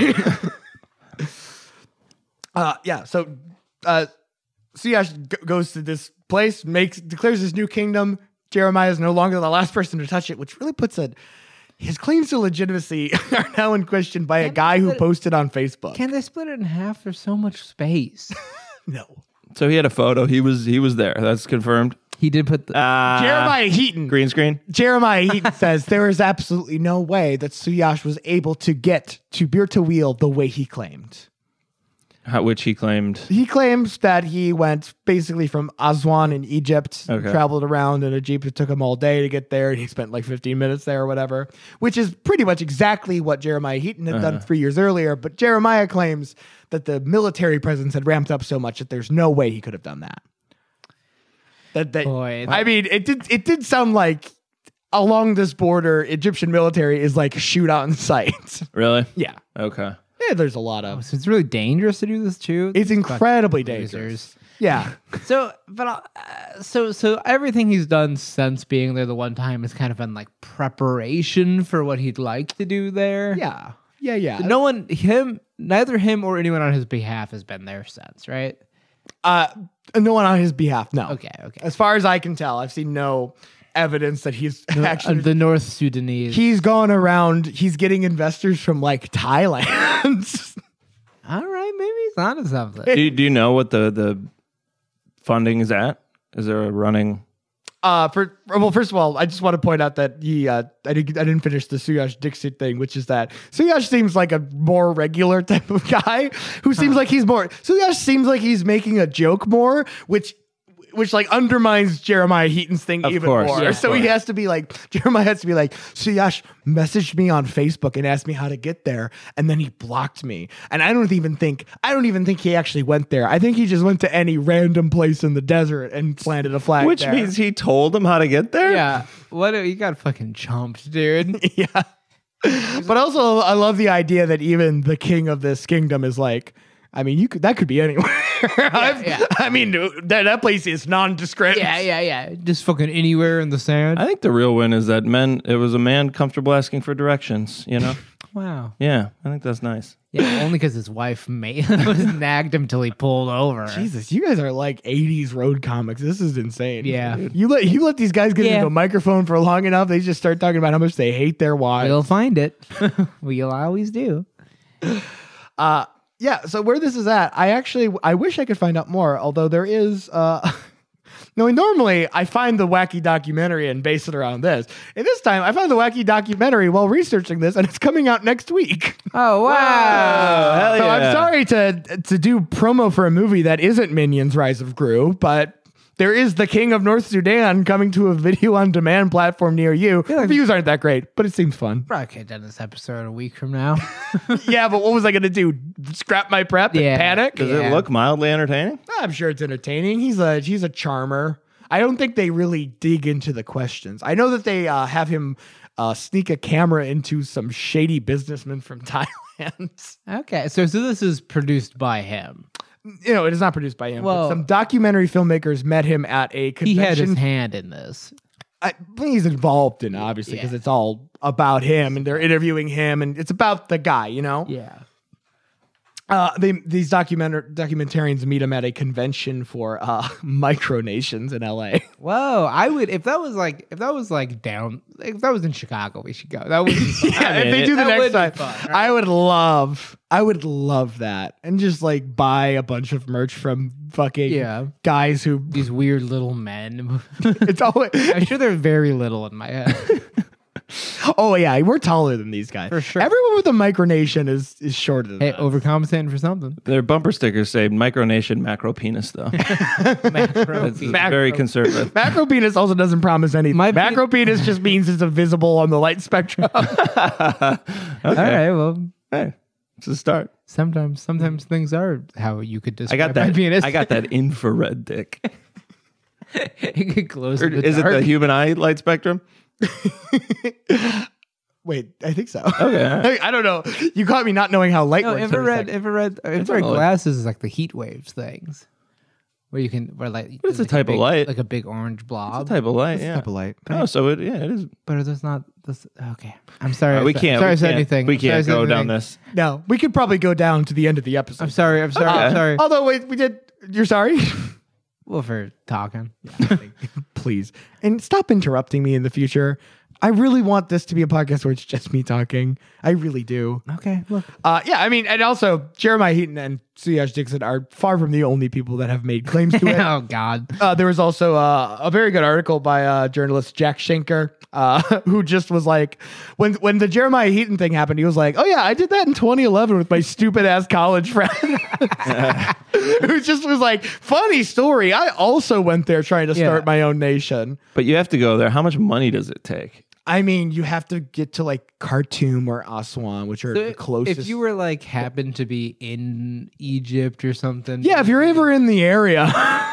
Uh, yeah. So, uh, Siash g- goes to this place, makes declares his new kingdom. Jeremiah is no longer the last person to touch it, which really puts it. His claims to legitimacy are now in question by a guy who posted on Facebook. Can they split it in half? There's so much space. no. so he had a photo. He was he was there. That's confirmed. He did put Ah. Uh, the. Jeremiah Heaton. green screen. Jeremiah Heaton says there is absolutely no way that Suyash was able to get to Beer to Wheel the way he claimed. How, which he claimed. He claims that he went basically from Aswan in Egypt, Okay. traveled around in a jeep. It took him all day to get there, and he spent like 15 minutes there or whatever, which is pretty much exactly what Jeremiah Heaton had done three years earlier. But Jeremiah claims that the military presence had ramped up so much that there's no way he could have done that. That, that Boy, I mean, it did it did sound like along this border, Egyptian military is like shoot on sight. Really? yeah. Okay. Yeah, there's a lot of so it's really dangerous to do this too. it's Fuck incredibly losers. dangerous. Yeah. So, but uh, so so everything he's done since being there the one time has kind of been like preparation for what he'd like to do there. Yeah. Yeah, yeah. No one, him, neither him or anyone on his behalf has been there since, right? Uh no one on his behalf, no. Okay, okay. As far as I can tell, I've seen no evidence that he's actually Uh, the North Sudanese. he's gone around. He's getting investors from like Thailand. All right, maybe it's onto something. Do you, do you know what the the funding is at? Is there a running? uh, for well, first of all, I just want to point out that he uh, I didn't I didn't finish the Suyash Dixit thing, which is that Suyash seems like a more regular type of guy who seems like he's more Suyash seems like he's making a joke more, which. Which like undermines Jeremiah Heaton's thing Of even course, more. yeah, of so he course. has to be like Jeremiah has to be like Suyash messaged me on Facebook and asked me how to get there, and then he blocked me. And I don't even think I don't even think he actually went there. I think he just went to any random place in the desert and planted a flag. Which there. means he told them how to get there. yeah. What a- you got fucking chomped, dude. yeah. But also, I love the idea that even the king of this kingdom is like, I mean, you could that could be anywhere. I've- yeah. I mean, that, that place is nondescript. Yeah, yeah, yeah. Just fucking anywhere in the sand. I think the real win is that men. It was a man comfortable asking for directions. You know. wow. yeah, I think that's nice. Yeah, only because his wife made was nagged him till he pulled over. Jesus, you guys are like '80s road comics. This is insane. Yeah. you let you let these guys get Yeah. into a microphone for long enough, they just start talking about how much they hate their wives. We'll find it. we'll always do. Uh, yeah. So where this is at, I actually I wish I could find out more. Although there is, uh, no. Normally I find the wacky documentary and base it around this. And this time I found the wacky documentary while researching this, and it's coming out next week. Oh wow! hell Uh, so I'm yeah. sorry to to do promo for a movie that isn't Minions: Rise of Gru, but. There is the King of North Sudan coming to a video on demand platform near you. Views aren't that great, but it seems fun. Probably could have done this episode a week from now. yeah, but what was I going to do? Scrap my prep and Yeah. panic? Does Yeah. it look mildly entertaining? I'm sure it's entertaining. He's a he's a charmer. I don't think they really dig into the questions. I know that they uh, have him uh, sneak a camera into some shady businessman from Thailand. okay, so so this is produced by him. you know, it is not produced by him. but Well- some documentary filmmakers met him at a He convention. had his hand in this. I think he's involved in it, obviously because Yeah. it's all about him, and they're interviewing him, and it's about the guy. You know, Yeah. uh, they, these documentar- documentarians meet him at a convention for uh, micronations in L.A. Whoa! I would if that was like if that was like down if that was in Chicago, we should go. That would be fun. Yeah, if mean, they it- do the that next would be time, fun, I would love, I would love that, and just like buy a bunch of merch from fucking Yeah. guys who. These weird little men. It's always I'm sure they're very little in my head. oh yeah, we're taller than these guys For sure. Everyone with a micronation is is shorter than Hey, us. overcompensating for something. Their bumper stickers say "Micronation Macro Penis," though. Macro It's feet. very conservative. Macro penis also doesn't promise anything. My pe- Macro penis just means it's invisible on the light spectrum. Okay. All right. Well, Hey, it's a start. sometimes sometimes things are how you could I describe got that. my penis. I got that infrared dick. it could close. Or in the is it dark. the human eye light spectrum? Wait, I think so. Okay. all right. I, I don't know. You caught me not knowing how light No, works. for a infrared, second. infrared, infrared know. glasses is like the heat waves things, where you can where like But it's a like type of big- light. like a big orange blob. What type of light? Yeah. Type of light. Oh, so it yeah, it is. but there's not this. Okay, I'm sorry. All right, we I said- can't. Sorry, we I said can't- anything. We I'm sorry I can't said go down anything. this. No, we could probably go down to the end of the episode. I'm sorry. I'm sorry. I'm Okay. sorry. Although, wait, we did. You're sorry. Well, for talking. please. And stop interrupting me in the future. I really want this to be a podcast where it's just me talking. I really do. Okay. Look. Uh, yeah, I mean, and also Jeremiah Heaton and Suyash Dixon are far from the only people that have made claims to it. oh God. Uh, there was also uh, a very good article by uh, journalist Jack Schenker, uh, who just was like, when when the Jeremiah Heaton thing happened, he was like, "Oh yeah, I did that in 2011 with my stupid ass college friend," who just was like, "Funny story. I also went there trying to Yeah. start my own nation." But you have to go there. How much money does it take? I mean, you have to get to like Khartoum or Aswan, which are the closest. If you were like happened to be in Egypt or something. yeah, if you're ever in the area,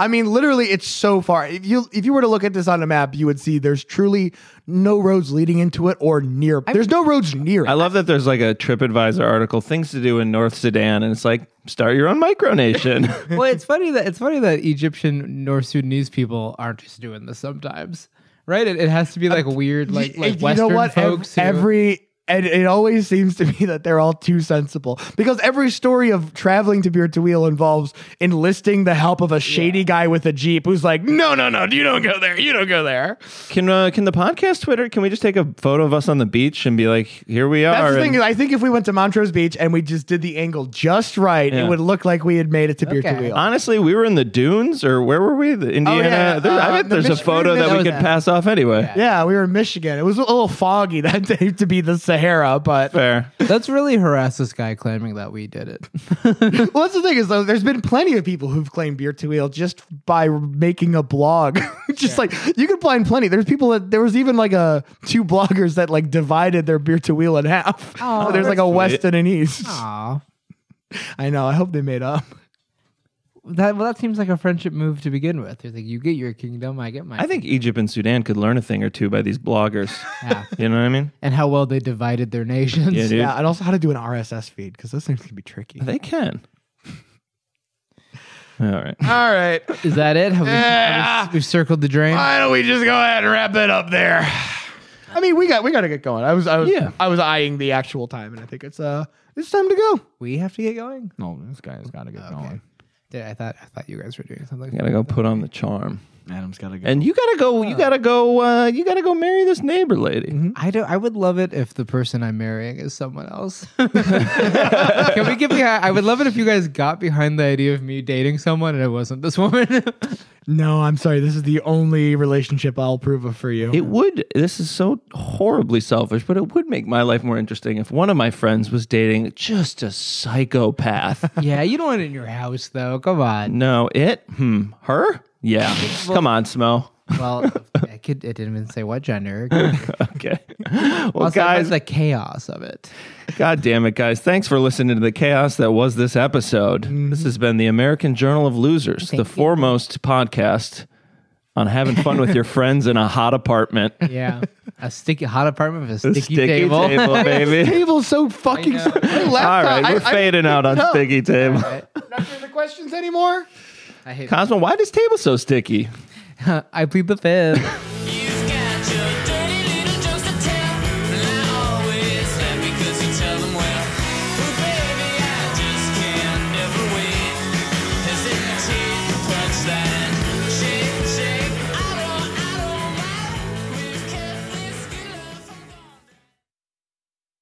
I mean, literally, it's so far. If you if you were to look at this on a map, you would see there's truly no roads leading into it or near. there's no roads near it. I love that there's like a TripAdvisor article, things to do in North Sudan, and it's like start your own micronation. well, it's funny that it's funny that Egyptian North Sudanese people are just doing this sometimes, right? It, it has to be like weird, like Y- like you Western know what? Ev- folks. who- Every And it always seems to me that they're all too sensible because every story of traveling to Beard to Wheel involves enlisting the help of a shady guy with a Jeep who's like, no, no, no, you don't go there. You don't go there. Can uh, can the podcast Twitter? Can we just take a photo of us on the beach and be like, here we are? That's the and- thing. is I think if we went to Montrose Beach and we just did the angle just right, Yeah. it would look like we had made it to Beard to Okay. Wheel. Honestly, we were in the dunes, or where were we? The Indiana. yeah, There- I uh, the bet there's a Michigan- photo that, that we was could that. pass off anyway. yeah, we were in Michigan. It was a little foggy that day to be the Sahara, but Fair. Let's really harass this guy claiming that we did it. well, that's the thing is though. There's been plenty of people who've claimed beer to wheel just by making a blog. just like you could find plenty. There's people that there was even like a two bloggers that like divided their beer to wheel in half. Oh, there's like a west and an east. Aw. I know. I hope they made up. That well, that seems like a friendship move to begin with. It's like you get your kingdom, I get mine. I think Egypt and Sudan could learn a thing or two by these bloggers. Yeah. You know what I mean? and how well they divided their nations. Yeah, dude. Yeah, and also how to do an RSS feed because those things can be tricky. They can. All right. All right, Is that it? Have we, have we- we've circled the drain. why don't we just go ahead and wrap it up there? I mean, we got we got to get going. I was I was Yeah. I was eyeing the actual time, and I think it's uh it's time to go. we have to get going. No, this guy's got to get going. Dude, I thought I thought you guys were doing something. Gotta go put on the charm. Adam's got to go. And you gotta go, you gotta go, uh, you gotta go marry this neighbor lady. Mm-hmm. I do. I would love it if the person I'm marrying is someone else. Can we get behind? I would love it if you guys got behind the idea of me dating someone and it wasn't this woman. No, I'm sorry. This is the only relationship I'll approve of for you. It would, this is so horribly selfish, but it would make my life more interesting if one of my friends was dating just a psychopath. yeah, you don't want it in your house though. Come on. no, it? Hmm. Her? Yeah. Come on, Smo. Well, I could. It didn't even say what gender. Okay. Well, Also, I love guys, the chaos of it. God damn it, guys. Thanks for listening to the chaos that was this episode. Mm-hmm. This has been the American Journal of Losers, the foremost podcast on having fun with your friends in a hot apartment. Yeah, a sticky hot apartment with a The sticky, table. baby. Table's so fucking. My All laptop- right, I- we're I- fading out on No. sticky table. Not doing the questions anymore. I hate. Cosmo, why is table so sticky? I plead the fifth.